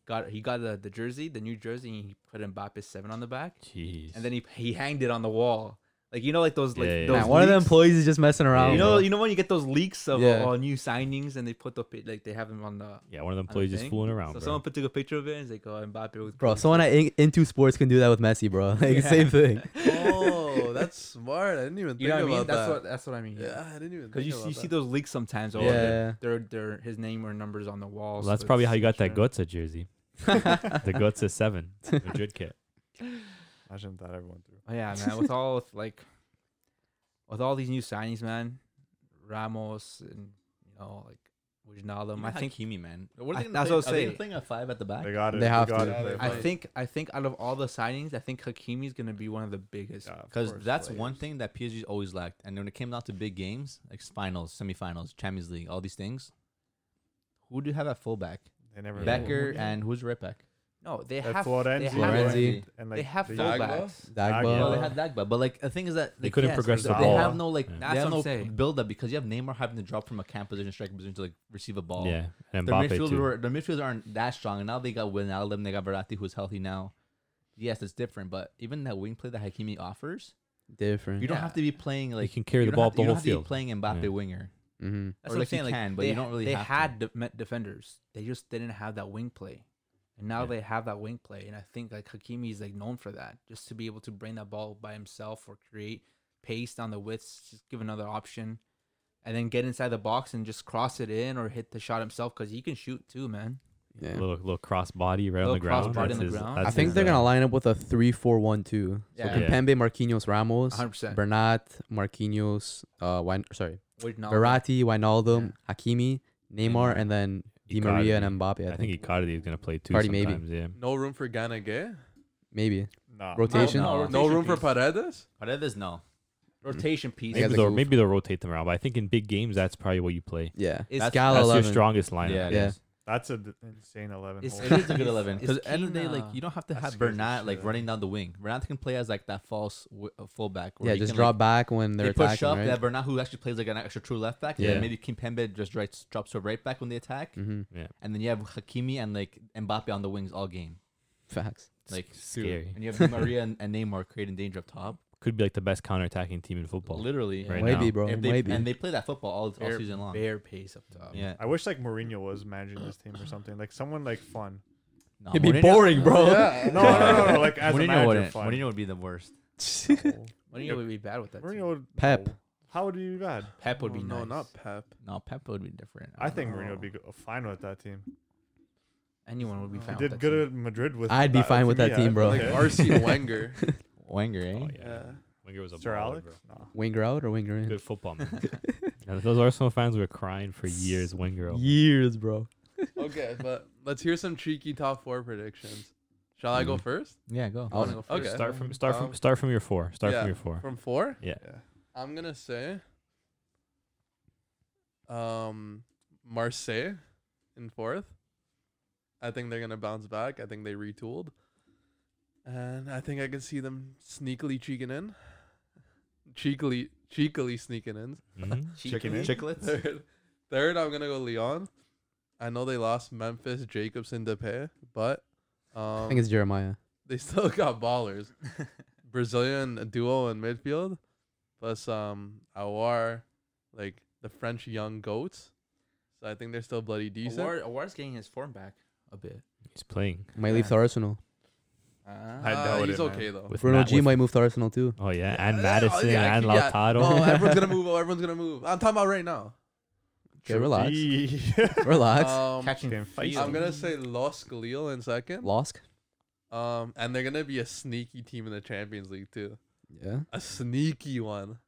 Speaker 1: got he got the, the jersey, the new jersey, and he put Mbappe seven on the back,
Speaker 2: Jeez.
Speaker 1: and then he he hanged it on the wall, like you know, like those like
Speaker 2: Yeah, yeah, yeah.
Speaker 1: those
Speaker 4: Man, one of the
Speaker 1: leaks?
Speaker 4: employees is just messing around.
Speaker 1: You know,
Speaker 4: bro.
Speaker 1: you know when you get those leaks of
Speaker 4: Yeah.
Speaker 1: all new signings, and they put the pi- like they have him on the.
Speaker 2: yeah, one of them plays just
Speaker 1: thing.
Speaker 2: fooling around.
Speaker 1: so
Speaker 2: Oh, bro.
Speaker 1: someone put took a picture of it and it's like, oh, Mbappe with
Speaker 4: bro,
Speaker 1: Cruyff."
Speaker 4: someone at in- into sports can do that with Messi, bro. Like
Speaker 1: Yeah.
Speaker 4: same thing.
Speaker 3: oh, that's smart. I didn't even think
Speaker 1: You know what I mean?
Speaker 3: about
Speaker 1: That's
Speaker 3: that.
Speaker 1: what that's what I mean.
Speaker 3: yeah, I didn't even.
Speaker 1: Because
Speaker 3: Because
Speaker 1: you, you see those leaks sometimes. Oh,
Speaker 2: Yeah.
Speaker 1: yeah. Their, their, his name or numbers on the wall.
Speaker 2: Well,
Speaker 1: so
Speaker 2: that's probably
Speaker 1: it's
Speaker 2: how you got that
Speaker 1: extra.
Speaker 2: Götze jersey. the Götze seven Madrid kit.
Speaker 5: Imagine that everyone threw.
Speaker 1: Oh, yeah, man. With all with like, with all these new signings, man, Ramos and you know like Wijnaldum. I think
Speaker 6: Hakimi, man. What
Speaker 1: I-
Speaker 6: are they
Speaker 1: that's what
Speaker 6: gonna play?
Speaker 1: I was
Speaker 6: Are they
Speaker 1: saying.
Speaker 6: gonna play a five at the back?
Speaker 5: They got it.
Speaker 4: They have to.
Speaker 5: got It.
Speaker 3: Yeah,
Speaker 1: I
Speaker 3: they- Right.
Speaker 1: think I think out of all the signings, I think Hakimi's gonna be one of the biggest.
Speaker 5: Yeah, of
Speaker 6: Because
Speaker 5: course,
Speaker 6: that's
Speaker 5: players.
Speaker 6: one thing that PSG always lacked. And when it came down to big games, like finals, semifinals, Champions League, all these things, who do you have at fullback?
Speaker 5: They never.
Speaker 6: Becker and who's right back?
Speaker 1: No, they
Speaker 5: That
Speaker 1: have
Speaker 5: Florenzi.
Speaker 1: They have,
Speaker 4: Florenzi.
Speaker 5: and
Speaker 1: They have
Speaker 5: the-
Speaker 3: Dagba?
Speaker 1: fullbacks.
Speaker 4: Dagba.
Speaker 5: Yeah.
Speaker 6: Well, they had Dagba, but like the thing is that
Speaker 2: They couldn't progress
Speaker 6: they,
Speaker 2: the
Speaker 6: They
Speaker 2: ball.
Speaker 6: have no like
Speaker 2: Yeah.
Speaker 6: they
Speaker 1: That's what
Speaker 6: have
Speaker 1: I'm
Speaker 6: no
Speaker 1: saying.
Speaker 6: build up because you have Neymar having to drop from a camp position, striker position to like receive a ball.
Speaker 2: Yeah, and
Speaker 6: The
Speaker 2: Mbappe
Speaker 6: midfielders,
Speaker 2: too.
Speaker 6: were, the midfielders aren't that strong, and now they got Wijnaldum, they got Verratti, who's healthy now. Yes, it's different, but even that wing play that Hakimi offers,
Speaker 4: Different.
Speaker 6: you don't
Speaker 1: Yeah.
Speaker 6: have to be playing like
Speaker 2: can carry
Speaker 6: you
Speaker 2: the
Speaker 6: don't
Speaker 2: ball
Speaker 6: have
Speaker 2: up
Speaker 6: to-
Speaker 2: the
Speaker 6: you
Speaker 2: whole
Speaker 6: don't have to be
Speaker 2: field.
Speaker 6: playing Mbappe
Speaker 2: Yeah.
Speaker 6: winger.
Speaker 4: hmm
Speaker 1: That's what
Speaker 6: Or,
Speaker 1: I'm
Speaker 6: like, you
Speaker 1: saying. Like,
Speaker 6: can, but
Speaker 1: they,
Speaker 6: you don't really
Speaker 1: They
Speaker 6: have to.
Speaker 1: had de- met defenders. They just didn't have that wing play, and now
Speaker 2: Yeah.
Speaker 1: they have that wing play. And I think like Hakimi is like known for that, just to be able to bring that ball by himself or create pace down the widths, just give another option, and then get inside the box and just cross it in or hit the shot himself because he can shoot too, man.
Speaker 4: Yeah.
Speaker 2: little little cross body right on
Speaker 1: Little
Speaker 2: the ground.
Speaker 1: crossbody
Speaker 2: That's
Speaker 1: on the
Speaker 2: his-
Speaker 1: ground.
Speaker 2: that's
Speaker 4: I think
Speaker 2: his,
Speaker 4: they're
Speaker 2: uh,
Speaker 4: gonna line up with a 3-4-1-2. So
Speaker 1: Yeah.
Speaker 2: Yeah.
Speaker 4: Kempembe, Marquinhos, Ramos,
Speaker 1: 100. percent
Speaker 4: Bernat, Marquinhos, uh, Wijn- sorry,
Speaker 1: Verratti.
Speaker 4: Verratti, Wijnaldum, Hakimi, Neymar,
Speaker 2: Neymar.
Speaker 4: and then Di
Speaker 2: Icardi.
Speaker 4: Maria and Mbappe. I,
Speaker 2: I think Icardi is gonna play too.
Speaker 4: Icardi
Speaker 2: Sometimes,
Speaker 4: maybe.
Speaker 2: yeah.
Speaker 3: no room for Gana Gay.
Speaker 4: Maybe.
Speaker 5: Nah.
Speaker 4: Rotation?
Speaker 6: No,
Speaker 1: No,
Speaker 3: No
Speaker 1: rotation
Speaker 3: room for
Speaker 1: piece.
Speaker 3: Paredes?
Speaker 6: Paredes, no.
Speaker 1: rotation piece.
Speaker 4: I guess
Speaker 2: Maybe
Speaker 4: I
Speaker 2: they'll,
Speaker 4: goof.
Speaker 2: maybe they'll rotate them around, but I think in big games that's probably what you play.
Speaker 4: Yeah.
Speaker 1: Is
Speaker 6: That's-
Speaker 4: Scala
Speaker 2: That's
Speaker 4: 11.
Speaker 2: your strongest lineup.
Speaker 6: Yeah, it
Speaker 4: Yeah.
Speaker 6: is.
Speaker 5: That's an insane 11.
Speaker 1: It's-
Speaker 5: hole.
Speaker 6: It is a good eleven
Speaker 1: Is
Speaker 6: because at the end of the day,
Speaker 1: Keane,
Speaker 6: like
Speaker 1: uh,
Speaker 6: you don't have to
Speaker 5: that
Speaker 6: have
Speaker 5: scares the
Speaker 6: Bernat
Speaker 5: shit
Speaker 6: like
Speaker 5: out of
Speaker 6: running down the wing. Bernat can play as like that false w- uh, fullback. where
Speaker 4: Yeah,
Speaker 6: he
Speaker 4: just
Speaker 6: can,
Speaker 4: drop
Speaker 6: like,
Speaker 4: back when they're
Speaker 6: they push
Speaker 4: attacking,
Speaker 6: up.
Speaker 4: right?
Speaker 6: They have Bernat who actually plays like an extra true left back. Yeah.
Speaker 4: Yeah.
Speaker 6: And maybe Kimpembe just right, drops to right back when they attack,
Speaker 4: hmm
Speaker 6: and then you have Hakimi and like Mbappe on the wings all game.
Speaker 4: Facts.
Speaker 6: Like dude,
Speaker 2: scary.
Speaker 6: And you have Di Maria and, and Neymar creating danger up top.
Speaker 2: Could be like the best counter-attacking team in football.
Speaker 6: Literally.
Speaker 2: Right
Speaker 4: maybe,
Speaker 2: now.
Speaker 4: bro.
Speaker 6: If they,
Speaker 4: maybe.
Speaker 6: and they play that football all, all
Speaker 1: Bare-
Speaker 6: season long.
Speaker 1: Bare pace up top.
Speaker 6: Yeah.
Speaker 5: I wish like Mourinho was managing this team or something. Like someone like fun.
Speaker 6: No,
Speaker 4: It'd be
Speaker 6: Mourinho-
Speaker 4: boring, bro.
Speaker 5: Yeah. No, no, no, no. Like as a
Speaker 6: Mourinho
Speaker 5: manager,
Speaker 6: wouldn't.
Speaker 5: fun.
Speaker 6: Mourinho would be the worst.
Speaker 1: Mourinho would be bad with that.
Speaker 5: Mourinho
Speaker 1: team.
Speaker 5: would-
Speaker 4: Pep.
Speaker 5: no. How would you be bad?
Speaker 1: Pep would
Speaker 3: Oh,
Speaker 1: be
Speaker 3: no,
Speaker 1: nice.
Speaker 3: not Pep.
Speaker 6: No, Pep would be different.
Speaker 5: I think Mourinho would be go- fine with that team.
Speaker 1: Anyone would be
Speaker 3: He
Speaker 1: fine. with
Speaker 5: He did
Speaker 1: that
Speaker 5: good
Speaker 1: team.
Speaker 5: at Madrid with.
Speaker 4: I'd be fine
Speaker 5: for
Speaker 4: with
Speaker 5: me,
Speaker 4: that
Speaker 5: I'd
Speaker 4: team,
Speaker 5: be
Speaker 4: bro.
Speaker 5: like,
Speaker 3: Like
Speaker 4: Okay.
Speaker 3: RC Wenger.
Speaker 6: Wenger, eh?
Speaker 2: Oh,
Speaker 3: Yeah.
Speaker 2: yeah. Wenger was a
Speaker 5: Sir
Speaker 2: baller,
Speaker 5: Alex?
Speaker 2: bro.
Speaker 5: No.
Speaker 4: Winger out or winger in?
Speaker 2: Good football man. and those Arsenal fans were crying for years. Wenger. oh, over.
Speaker 4: Years, bro.
Speaker 3: Okay, but let's hear some cheeky top four predictions. Shall I go
Speaker 2: Mm.
Speaker 3: first?
Speaker 6: Yeah, Oh, go.
Speaker 4: I'll-
Speaker 1: Wanna go
Speaker 3: Okay.
Speaker 1: first?
Speaker 2: Start from start
Speaker 3: Um,
Speaker 2: from start from your four. Start
Speaker 3: yeah.
Speaker 2: from your four.
Speaker 3: From four?
Speaker 2: Yeah.
Speaker 5: Yeah.
Speaker 3: I'm gonna say um Marseille in fourth. I think they're gonna bounce back. I think they retooled. And I think I can see them sneakily cheeking in. Cheekily cheekily sneaking in.
Speaker 2: Mhm.
Speaker 5: Chicken in?
Speaker 6: Chicklets.
Speaker 3: Third, third I'm gonna go Leon. I know they lost Memphis, Jacobson, Depay, but um
Speaker 4: I think it's Jeremiah.
Speaker 3: they still got ballers. Brazilian duo in midfield, plus um Awar, like the French young goats. So I think they're still bloody decent.
Speaker 1: Awar, Awar's getting his form back a bit.
Speaker 2: He's playing
Speaker 4: Might leave to Arsenal.
Speaker 5: I
Speaker 4: Ah,
Speaker 3: Uh,
Speaker 5: doubt
Speaker 3: he's
Speaker 5: it, man.
Speaker 3: okay though.
Speaker 2: with
Speaker 4: Bruno
Speaker 2: Matt-
Speaker 4: G
Speaker 2: with-
Speaker 4: might move to Arsenal too.
Speaker 2: Oh yeah, and
Speaker 3: Yeah,
Speaker 2: Madison
Speaker 3: yeah,
Speaker 2: and
Speaker 3: yeah.
Speaker 2: Lautaro.
Speaker 3: No, everyone's gonna move. Oh, everyone's gonna move. I'm talking about right now.
Speaker 4: Okay, relax.
Speaker 5: Gee.
Speaker 4: Relax.
Speaker 3: Um,
Speaker 1: Catching
Speaker 5: Fucking
Speaker 1: feet.
Speaker 5: feet.
Speaker 3: I'm gonna say Los Galil in second.
Speaker 4: Losk.
Speaker 3: Um, and they're gonna be a sneaky team in the Champions League too.
Speaker 4: Yeah.
Speaker 3: A sneaky one,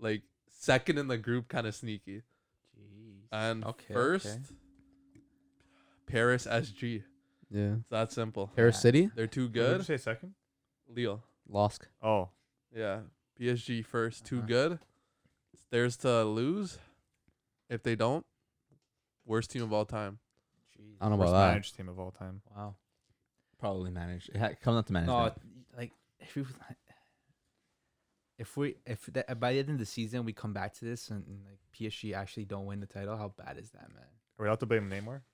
Speaker 3: like second in the group, kind of sneaky.
Speaker 4: Uh,
Speaker 3: And
Speaker 1: Okay, okay.
Speaker 3: first, Paris SG.
Speaker 4: Yeah.
Speaker 3: It's that simple.
Speaker 4: Paris City.
Speaker 3: They're too
Speaker 5: What did you
Speaker 3: good.
Speaker 5: say second?
Speaker 3: Lille.
Speaker 4: Losk.
Speaker 5: Oh,
Speaker 3: Yeah. PSG first. Too
Speaker 1: Uh-huh.
Speaker 3: good. It's theirs to lose. If they don't, worst team of all time.
Speaker 4: I don't know
Speaker 5: worst
Speaker 4: about that.
Speaker 5: managed team of all time.
Speaker 1: Wow.
Speaker 6: Probably managed. It ha- comes up to management.
Speaker 1: No, like if we, if we if that, by the end of the season we come back to this and, and, like PSG actually don't win the title, how bad is that, man?
Speaker 5: Are we allowed to blame Neymar?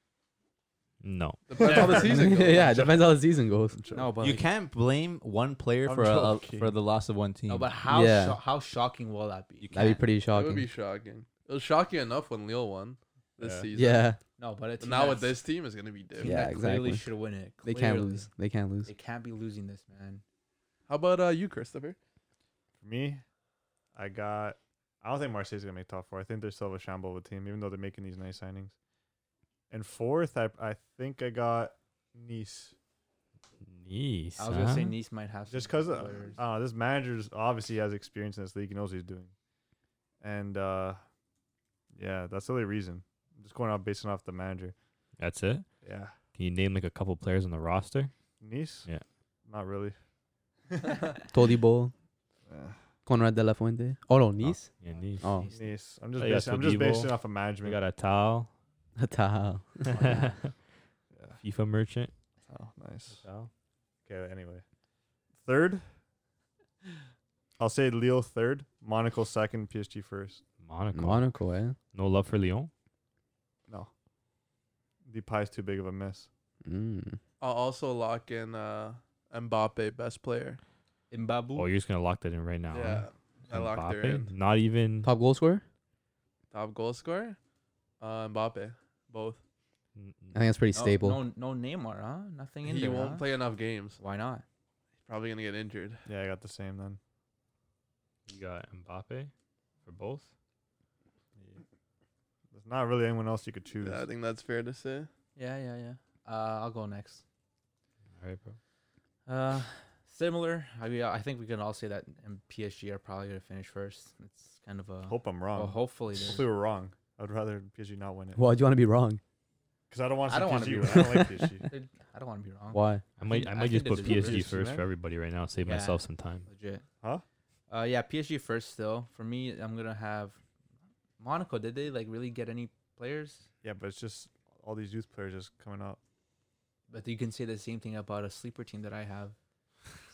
Speaker 2: No,
Speaker 3: Depends how the season goes.
Speaker 4: yeah, it depends how the season goes.
Speaker 1: No, but
Speaker 6: you
Speaker 1: like-
Speaker 6: can't blame one player
Speaker 5: I'm
Speaker 6: for a, a-
Speaker 5: joking.
Speaker 6: for the loss of one team.
Speaker 1: No, but how
Speaker 4: Yeah.
Speaker 1: sho- how shocking will that be?
Speaker 6: you can't.
Speaker 4: That'd be pretty
Speaker 3: It
Speaker 4: shocking.
Speaker 3: would be shocking. It was shocking enough when Lille won this
Speaker 5: Yeah.
Speaker 3: season.
Speaker 4: yeah.
Speaker 1: No, but
Speaker 3: But
Speaker 1: it's
Speaker 3: now with this team is gonna be different.
Speaker 4: Yeah,
Speaker 1: yeah, clearly
Speaker 4: exactly.
Speaker 1: should win it.
Speaker 4: They can't
Speaker 1: Clearly.
Speaker 4: lose. They can't lose.
Speaker 1: They can't be losing this, man.
Speaker 3: How about uh you, Christopher?
Speaker 5: For me, I got. I don't think Marseille's gonna make top four. I think they're still a shamble of a team, even though they're making these nice signings. And fourth, I I think I got Nice,
Speaker 2: Nice.
Speaker 1: I was gonna say
Speaker 2: huh?
Speaker 1: Nice might have some
Speaker 5: just because
Speaker 1: good
Speaker 5: uh,
Speaker 1: players.
Speaker 5: uh, this manager obviously has experience in this league. He knows what he's doing, and uh, yeah, that's the only reason. I'm just going off based off the manager.
Speaker 2: That's it.
Speaker 5: Yeah,
Speaker 2: Can you name like a couple players on the roster?
Speaker 5: Nice.
Speaker 2: Yeah.
Speaker 5: not really.
Speaker 4: Todibo,
Speaker 5: Uh,
Speaker 4: Conrad de la Fuente. Oh no, Nice.
Speaker 2: Yeah, Nice.
Speaker 4: Oh,
Speaker 1: Nice.
Speaker 5: Nice. I'm just
Speaker 2: Oh, yeah,
Speaker 5: basing, I'm just basing
Speaker 2: Todibo.
Speaker 5: off of
Speaker 2: We
Speaker 5: management.
Speaker 2: got a towel.
Speaker 4: Taha.
Speaker 5: yeah.
Speaker 2: FIFA merchant.
Speaker 5: Oh, nice.
Speaker 2: Towel.
Speaker 5: Okay, anyway. Third, I'll say Lille third, Monaco second, PSG first.
Speaker 2: Monaco.
Speaker 4: Monaco, eh?
Speaker 2: no love for Lyon.
Speaker 5: No. Depay's too big of a miss.
Speaker 4: Mm.
Speaker 3: I'll also lock in uh Mbappe, best player.
Speaker 1: Mbabu.
Speaker 2: Oh, you're just gonna lock that in right now.
Speaker 3: yeah.
Speaker 2: huh?
Speaker 3: I locked her
Speaker 2: Mbappe?
Speaker 3: in.
Speaker 2: Not even
Speaker 4: Top goal scorer?
Speaker 3: Top goal scorer? Uh Mbappe. Both.
Speaker 2: n- n-
Speaker 4: I think that's pretty
Speaker 1: No-
Speaker 4: stable.
Speaker 1: No, no, Neymar, huh? Nothing in
Speaker 3: He
Speaker 1: there.
Speaker 3: won't
Speaker 1: huh?
Speaker 3: play enough games.
Speaker 1: Why not?
Speaker 3: Probably gonna get injured.
Speaker 5: Yeah, I got the same then.
Speaker 2: you got Mbappe for both.
Speaker 5: There's not really anyone else you could choose.
Speaker 3: Yeah, I think that's fair to say.
Speaker 1: Yeah, yeah, yeah. Uh, I'll go next.
Speaker 2: All right, bro.
Speaker 1: Uh, similar. I mean, I think we can all say that M- PSG are probably gonna finish first. It's kind of a
Speaker 5: Hope I'm
Speaker 1: well,
Speaker 5: wrong.
Speaker 1: hopefully.
Speaker 5: Hopefully
Speaker 1: they're-
Speaker 5: we're wrong. I'd rather PSG not win it.
Speaker 4: Why do you want to be wrong?
Speaker 5: because I don't want
Speaker 1: I
Speaker 5: to
Speaker 1: don't wanna
Speaker 5: PSG.
Speaker 1: be
Speaker 5: I don't like PSG.
Speaker 1: I don't want to be wrong.
Speaker 4: Why?
Speaker 2: I might, I
Speaker 1: think- I
Speaker 2: might just
Speaker 1: think
Speaker 2: put
Speaker 1: they deserve
Speaker 2: PSG
Speaker 5: it.
Speaker 2: first for everybody right now. Save
Speaker 1: Yeah.
Speaker 2: myself some time.
Speaker 1: Legit.
Speaker 5: Huh?
Speaker 1: Uh, yeah, PSG first still. For me, I'm gonna have Monaco. Did they like really get any players?
Speaker 5: yeah, but it's just all these youth players just coming up.
Speaker 1: But you can say the same thing about a sleeper team that I have.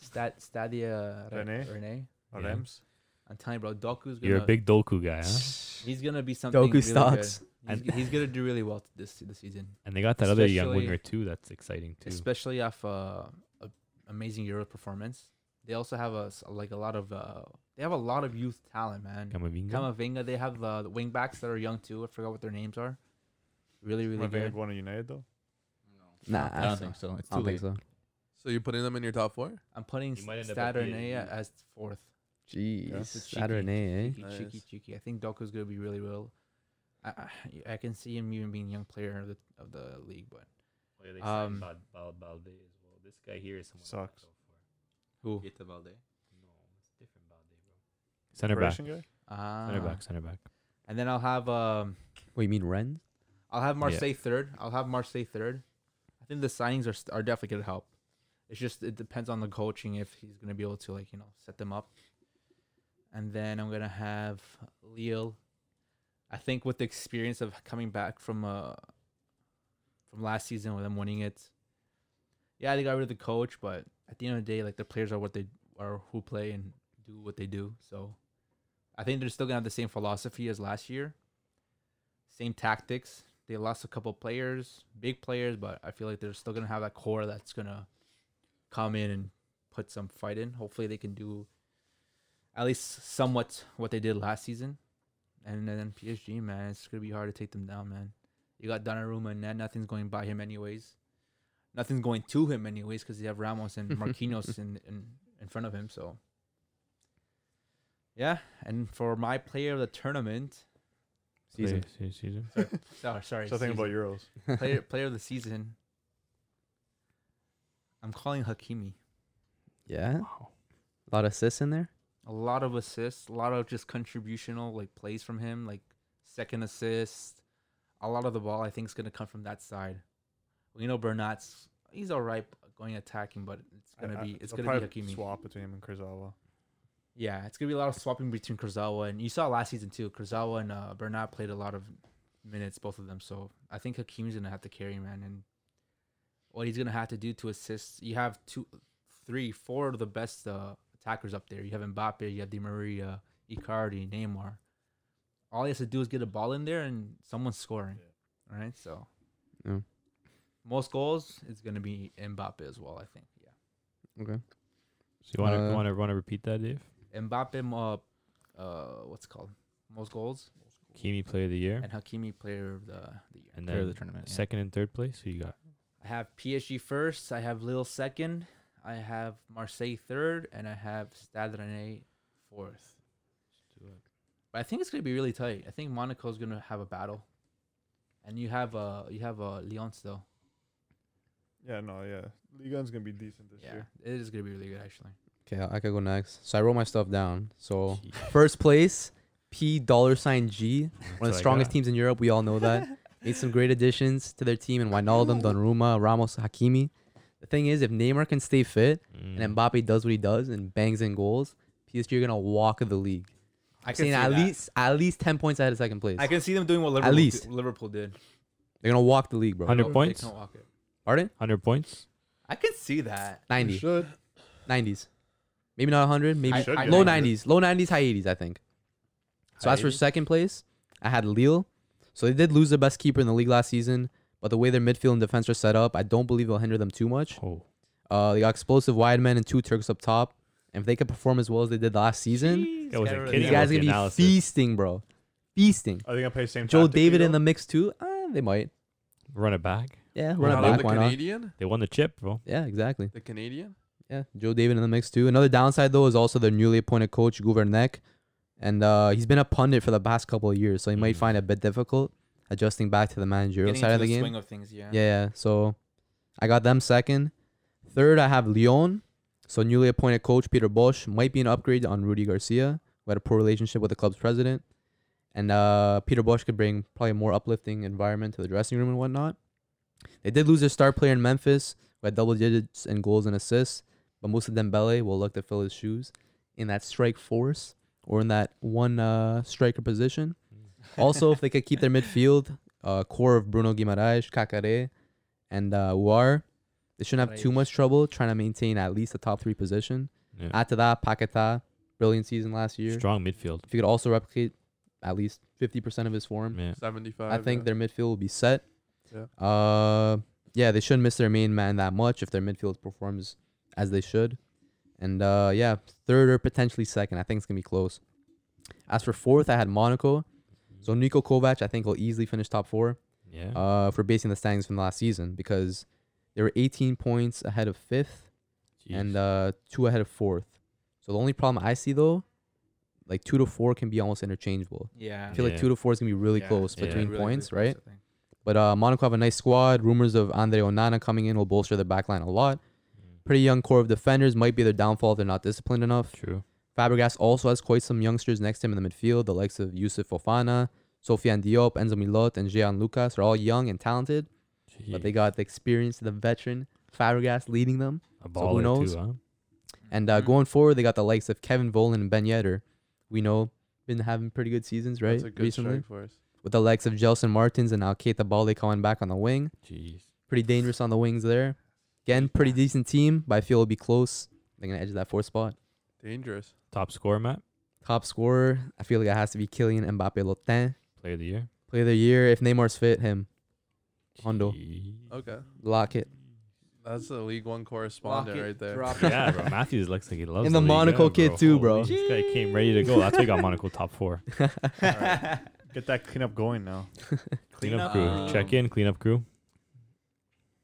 Speaker 1: Stat Stadia Re-
Speaker 5: Rene?
Speaker 1: Rene.
Speaker 5: Or
Speaker 2: Yeah.
Speaker 5: Rems.
Speaker 1: I'm telling you, bro. Doku's gonna.
Speaker 2: You're a big Doku guy, huh?
Speaker 1: He's gonna be something.
Speaker 4: Doku
Speaker 1: really
Speaker 4: stocks.
Speaker 1: Good. He's, he's gonna do really well t- this this season,
Speaker 2: And they got that other young
Speaker 1: Especially-
Speaker 2: winger too. That's exciting too.
Speaker 1: especially off uh, a amazing Euro performance. They also have a s- like a lot of uh, they have a lot of youth talent, man.
Speaker 2: Camavinga.
Speaker 1: Kamavinga. They have uh, the wing backs that are young too. I forgot what their names are. Really, really
Speaker 5: Am I thinking
Speaker 1: good.
Speaker 5: of one of United though?
Speaker 4: Nah,
Speaker 6: I don't think so. It's
Speaker 4: I
Speaker 6: too
Speaker 4: don't think
Speaker 6: late.
Speaker 4: so.
Speaker 3: So you're putting them in your top four?
Speaker 1: I'm putting
Speaker 2: You might end up
Speaker 1: Stad
Speaker 2: at E.
Speaker 1: Rene
Speaker 2: PSG.
Speaker 1: as fourth. It's a
Speaker 4: Jeez,
Speaker 1: cheeky-
Speaker 4: Saturday, eh?
Speaker 1: Cheeky,
Speaker 3: Nice.
Speaker 1: cheeky, cheeky. I think Doku's gonna be really well. I, I I can see him even being young player of the of the league, but Um,
Speaker 2: This guy here is someone.
Speaker 5: Sucks.
Speaker 1: who?
Speaker 6: Keita Balde.
Speaker 2: Center back.
Speaker 5: Croatian guy?
Speaker 2: Center
Speaker 1: Ah.
Speaker 4: Uh,
Speaker 2: back. Center back.
Speaker 1: And then I'll have um
Speaker 4: What you mean, Ren?
Speaker 1: I'll have Marseille third. I'll have Marseille third. I think the signings are st- are definitely gonna help. It's just it depends on the coaching if he's gonna be able to like you know set them up. And then I'm gonna have Lille. I think with the experience of coming back from uh from last season with them winning it. Yeah, they got rid of the coach, but at the end of the day, like the players are what they are who play and do what they do. So I think they're still gonna have the same philosophy as last year. Same tactics. They lost a couple players, big players, but I feel like they're still gonna have that core that's gonna come in and put some fight in. Hopefully they can do at least somewhat what they did last season. And then PSG, man, it's gonna be hard to take them down, man. You got Donnarumma and that nothing's going by him anyways. Nothing's going to him anyways because you have Ramos and Marquinhos in, in in front of him. So yeah, and for my player of the tournament,
Speaker 4: Season.
Speaker 2: Play- se- season.
Speaker 1: oh, sorry,
Speaker 5: Something
Speaker 1: season.
Speaker 5: about Euros.
Speaker 1: player player of the season. I'm calling Hakimi.
Speaker 4: Yeah,
Speaker 2: Wow.
Speaker 4: a lot of assists in there.
Speaker 1: A lot of assists, a lot of just contributional like plays from him, like second assist. A lot of the ball I think is gonna come from that side. You know Bernat's he's all right going attacking, but it's
Speaker 5: I-
Speaker 1: gonna
Speaker 5: I-
Speaker 1: be it's
Speaker 5: they'll
Speaker 1: gonna be
Speaker 5: probably
Speaker 1: Hakimi.
Speaker 5: Swap between him and Kurzawa.
Speaker 1: Yeah, it's gonna be a lot of swapping between Kurzawa and you saw last season too. Kurzawa and uh, Bernat played a lot of minutes, both of them. So I think Hakim's gonna have to carry man, and what he's gonna have to do to assist. You have two, three, four of the best uh, attackers up there. You have Mbappe, you have Di Maria, Icardi, Neymar. All he has to do is get a ball in there, and someone's scoring. All right, so
Speaker 4: Yeah.
Speaker 1: most goals is gonna be Mbappe as well. I think. Yeah.
Speaker 4: Okay.
Speaker 2: So you want to
Speaker 4: Uh,
Speaker 2: want to want to repeat that, Dave?
Speaker 1: Mbappe, uh, uh, what's it called most goals,
Speaker 2: Kimi player of the year,
Speaker 1: and Hakimi player of the, the year.
Speaker 2: and
Speaker 6: Player of the
Speaker 2: then
Speaker 6: tournament. yeah.
Speaker 2: second and third place. Who you got?
Speaker 1: I have PSG first. I have Lille second. I have Marseille third, and I have Stade Rennais fourth. But I think it's gonna be really tight. I think Monaco's gonna have a battle, and you have uh you have uh Lyon still.
Speaker 5: Yeah, no, yeah. Ligue 1's gonna be decent this
Speaker 1: Yeah,
Speaker 5: year.
Speaker 1: it is gonna be really good actually.
Speaker 4: Okay, I I could go next. So I wrote my stuff down. So first place, P dollar sign G, one
Speaker 2: what I
Speaker 4: of the strongest
Speaker 2: got.
Speaker 4: teams in Europe. We all know that. Made some great additions to their team in Wijnaldum, Donnarumma, Ramos, Hakimi. The thing is, if Neymar can stay fit
Speaker 2: Mm.
Speaker 4: and Mbappe does what he does and bangs in goals, PSG are gonna walk the league.
Speaker 1: I
Speaker 4: I'm saying at least at least ten points ahead of second place.
Speaker 1: I can see them doing what Liverpool,
Speaker 4: Liverpool did- least.
Speaker 1: Liverpool did. Oh,
Speaker 4: They're gonna walk the league, bro.
Speaker 2: Hundred points.
Speaker 4: Pardon?
Speaker 2: mm, Hundred points.
Speaker 1: I can see that.
Speaker 5: You
Speaker 4: 90,
Speaker 5: should.
Speaker 4: 90s, maybe not 100, maybe
Speaker 5: should
Speaker 1: I-
Speaker 5: get
Speaker 4: low
Speaker 5: it.
Speaker 4: 90s, low 90s, high 80s, I think. So as for second place, I had Lille. So they did lose their best keeper in the league last season, but the way their midfield and defense are set up, I don't believe it'll hinder them too much.
Speaker 2: Oh,
Speaker 4: Uh, they got explosive wide men and two Turks up top, and if they could perform as well as they did last season,
Speaker 2: That was a
Speaker 1: Gerrard.
Speaker 2: kid.
Speaker 4: these
Speaker 2: Kidding
Speaker 4: guys
Speaker 2: about
Speaker 4: are
Speaker 2: the
Speaker 4: gonna
Speaker 2: analysis.
Speaker 4: be feasting, bro, feasting.
Speaker 5: Are they gonna play the same?
Speaker 4: Joe
Speaker 5: tactic
Speaker 4: David
Speaker 5: you
Speaker 4: in
Speaker 5: know?
Speaker 4: the mix too. Uh, they might.
Speaker 2: run it back.
Speaker 4: Yeah,
Speaker 3: What
Speaker 4: run it
Speaker 3: about
Speaker 4: back.
Speaker 3: the
Speaker 4: Why not?
Speaker 3: Canadian?
Speaker 2: They won the chip, bro.
Speaker 4: Yeah, exactly.
Speaker 3: The Canadian?
Speaker 4: Yeah, Joe David in the mix too. Another downside though is also their newly appointed coach Guvernek, and uh, he's been a pundit for the past couple of years, so he might
Speaker 2: Mm.
Speaker 4: find it a bit difficult adjusting back to the managerial
Speaker 1: Getting
Speaker 4: side
Speaker 1: into
Speaker 4: of the, game.
Speaker 1: swing of things. Yeah.
Speaker 4: Yeah, yeah. So I got them second. Third, I have Lyon. So newly appointed coach Peter Bosch might be an upgrade on Rudy Garcia, who had a poor relationship with the club's president. And uh, Peter Bosch could bring probably a more uplifting environment to the dressing room and whatnot. They did lose their star player in Memphis, who had double digits in goals and assists, but most of Dembele will look to fill his shoes in that strike force or in that one uh, striker position. Also, if they could keep their midfield uh, core of Bruno Guimaraes, Kakare, and uh, War, they shouldn't have too
Speaker 1: Guimaraes.
Speaker 4: much trouble trying to maintain at least a top three position.
Speaker 2: Yeah.
Speaker 4: After that, Paqueta, brilliant season last year.
Speaker 2: Strong midfield.
Speaker 4: If he could also replicate at least 50% of his form,
Speaker 2: Yeah.
Speaker 3: Seventy-five.
Speaker 4: I think
Speaker 3: yeah.
Speaker 4: their midfield will be set.
Speaker 3: Yeah.
Speaker 4: Uh, yeah, they shouldn't miss their main man that much if their midfield performs as they should. And uh, yeah, third or potentially second. I think it's gonna be close. As for fourth, I had Monaco. So Niko Kovac, I think, will easily finish top four.
Speaker 2: Yeah.
Speaker 4: Uh, for basing the standings from last season because they were 18 points ahead of fifth and
Speaker 2: Jeez.
Speaker 4: uh, two ahead of fourth. So the only problem I see though, like two to four can be almost interchangeable.
Speaker 1: Yeah.
Speaker 4: I feel like
Speaker 2: Yeah.
Speaker 4: two to four is gonna be really
Speaker 1: Yeah.
Speaker 4: close
Speaker 2: Yeah.
Speaker 4: between
Speaker 1: Really
Speaker 4: points,
Speaker 1: close,
Speaker 4: right?
Speaker 1: I think.
Speaker 4: But uh, Monaco have a nice squad. Rumors of Andre Onana coming in will bolster their backline a lot.
Speaker 2: Mm.
Speaker 4: Pretty young core of defenders might be their downfall if they're not disciplined enough.
Speaker 2: True.
Speaker 4: Fabregas also has quite some youngsters next to him in the midfield, the likes of Yusuf Fofana, Sofiane Diop, Enzo Milot, and Jean Lucas are all young and talented, but they
Speaker 2: Jeez.
Speaker 4: got the experience, the veteran Fabregas leading them.
Speaker 2: a
Speaker 4: so who
Speaker 2: baller
Speaker 4: knows?
Speaker 2: Too, huh?
Speaker 4: And uh,
Speaker 1: Mhm.
Speaker 4: going forward, they got the likes of Kevin Volan and Ben Yedder. We know been having pretty good seasons, right?
Speaker 3: That's a good
Speaker 4: Recently,
Speaker 3: strike force.
Speaker 4: with the likes of Jelson Martins and now Keita Balde coming back on the wing.
Speaker 2: Jeez.
Speaker 4: Pretty dangerous on the wings there. Again, pretty decent team, but I feel it'll be close. They're gonna edge that fourth spot.
Speaker 3: Dangerous.
Speaker 2: Top scorer, Matt.
Speaker 4: Top scorer, I feel like it has to be Kylian Mbappe Lotin.
Speaker 2: Player of the year.
Speaker 4: Play of the year if Neymar's fit him. Hondo.
Speaker 2: Jeez.
Speaker 3: Okay,
Speaker 4: Lock it.
Speaker 3: that's the League One correspondent
Speaker 1: it,
Speaker 3: right there.
Speaker 1: drop it.
Speaker 2: yeah, bro. Matthews looks like he loves
Speaker 4: And the
Speaker 2: league.
Speaker 4: Monaco
Speaker 2: Yeah,
Speaker 4: kid too, bro.
Speaker 2: Holy, This guy came ready to go. That's why he got Monaco top four.
Speaker 5: Get that cleanup going now.
Speaker 2: Cleanup crew.
Speaker 6: Um,
Speaker 2: Check in, cleanup crew.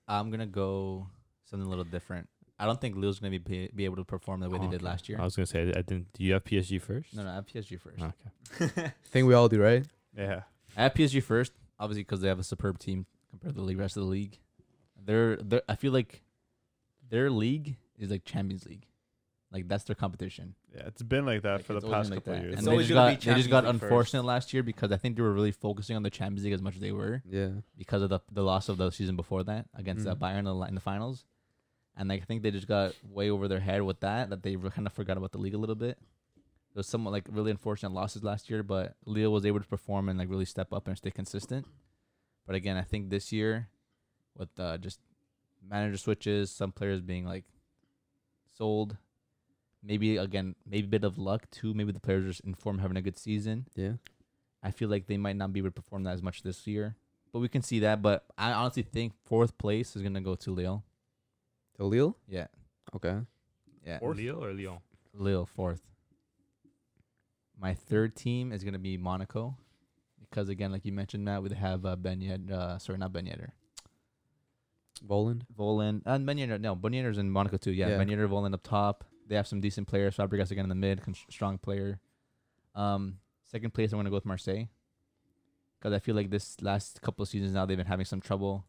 Speaker 6: I'm gonna go something a little different. I don't think Lille's gonna be be, be able to perform the way they did
Speaker 2: Okay.
Speaker 6: last year.
Speaker 2: I was gonna say I I didn't. Do you have PSG first?
Speaker 6: No, no, I have PSG first.
Speaker 2: Okay.
Speaker 4: think we all do, right?
Speaker 5: Yeah.
Speaker 6: I have PSG first, obviously because they have a superb team compared to the league, rest of the league. They're, they're I feel like their league is like Champions League, like that's their competition.
Speaker 5: Yeah. It's been like that
Speaker 6: Like,
Speaker 5: for the
Speaker 6: it's always
Speaker 5: past
Speaker 6: been like
Speaker 5: couple
Speaker 6: that.
Speaker 5: years.
Speaker 1: It's
Speaker 6: And they
Speaker 1: always
Speaker 6: just
Speaker 1: gonna be
Speaker 6: got they
Speaker 1: Champions
Speaker 6: just got
Speaker 1: League first.
Speaker 6: unfortunate last year because I think they were really focusing on the Champions League as much as they were
Speaker 4: Yeah.
Speaker 6: because of the the loss of the season before that against uh,
Speaker 3: Mhm.
Speaker 6: Bayern in the, li- in the finals, and I think they just got way over their head with that that they kind of forgot about the league a little bit. There's some like really unfortunate losses last year, but Leo was able to perform and like really step up and stay consistent. But again, I think this year, with uh, just manager switches, some players being like sold, maybe again maybe a bit of luck too. Maybe the players just in form having a good season.
Speaker 4: Yeah.
Speaker 6: I feel like they might not be able to perform that as much this year. But we can see that. But I honestly think fourth place is gonna go to Lille.
Speaker 4: To Lille?
Speaker 6: Yeah.
Speaker 4: Okay.
Speaker 6: Yeah.
Speaker 2: Lille or Lyon?
Speaker 6: Lille fourth. My third team is gonna be Monaco. Because again, like you mentioned, Matt, we have uh, Ben Yed, uh, sorry, not Ben Yedder.
Speaker 4: Voland.
Speaker 6: Voland and Ben Yedder. uh, No, Ben Yedder's in Monaco too. Yeah,
Speaker 4: Yeah.
Speaker 6: Ben Yedder, Voland up top. They have some decent players. Fabregas again in the mid, con- strong player. Um, second place, I'm gonna go with Marseille because I feel like this last couple of seasons now they've been having some trouble,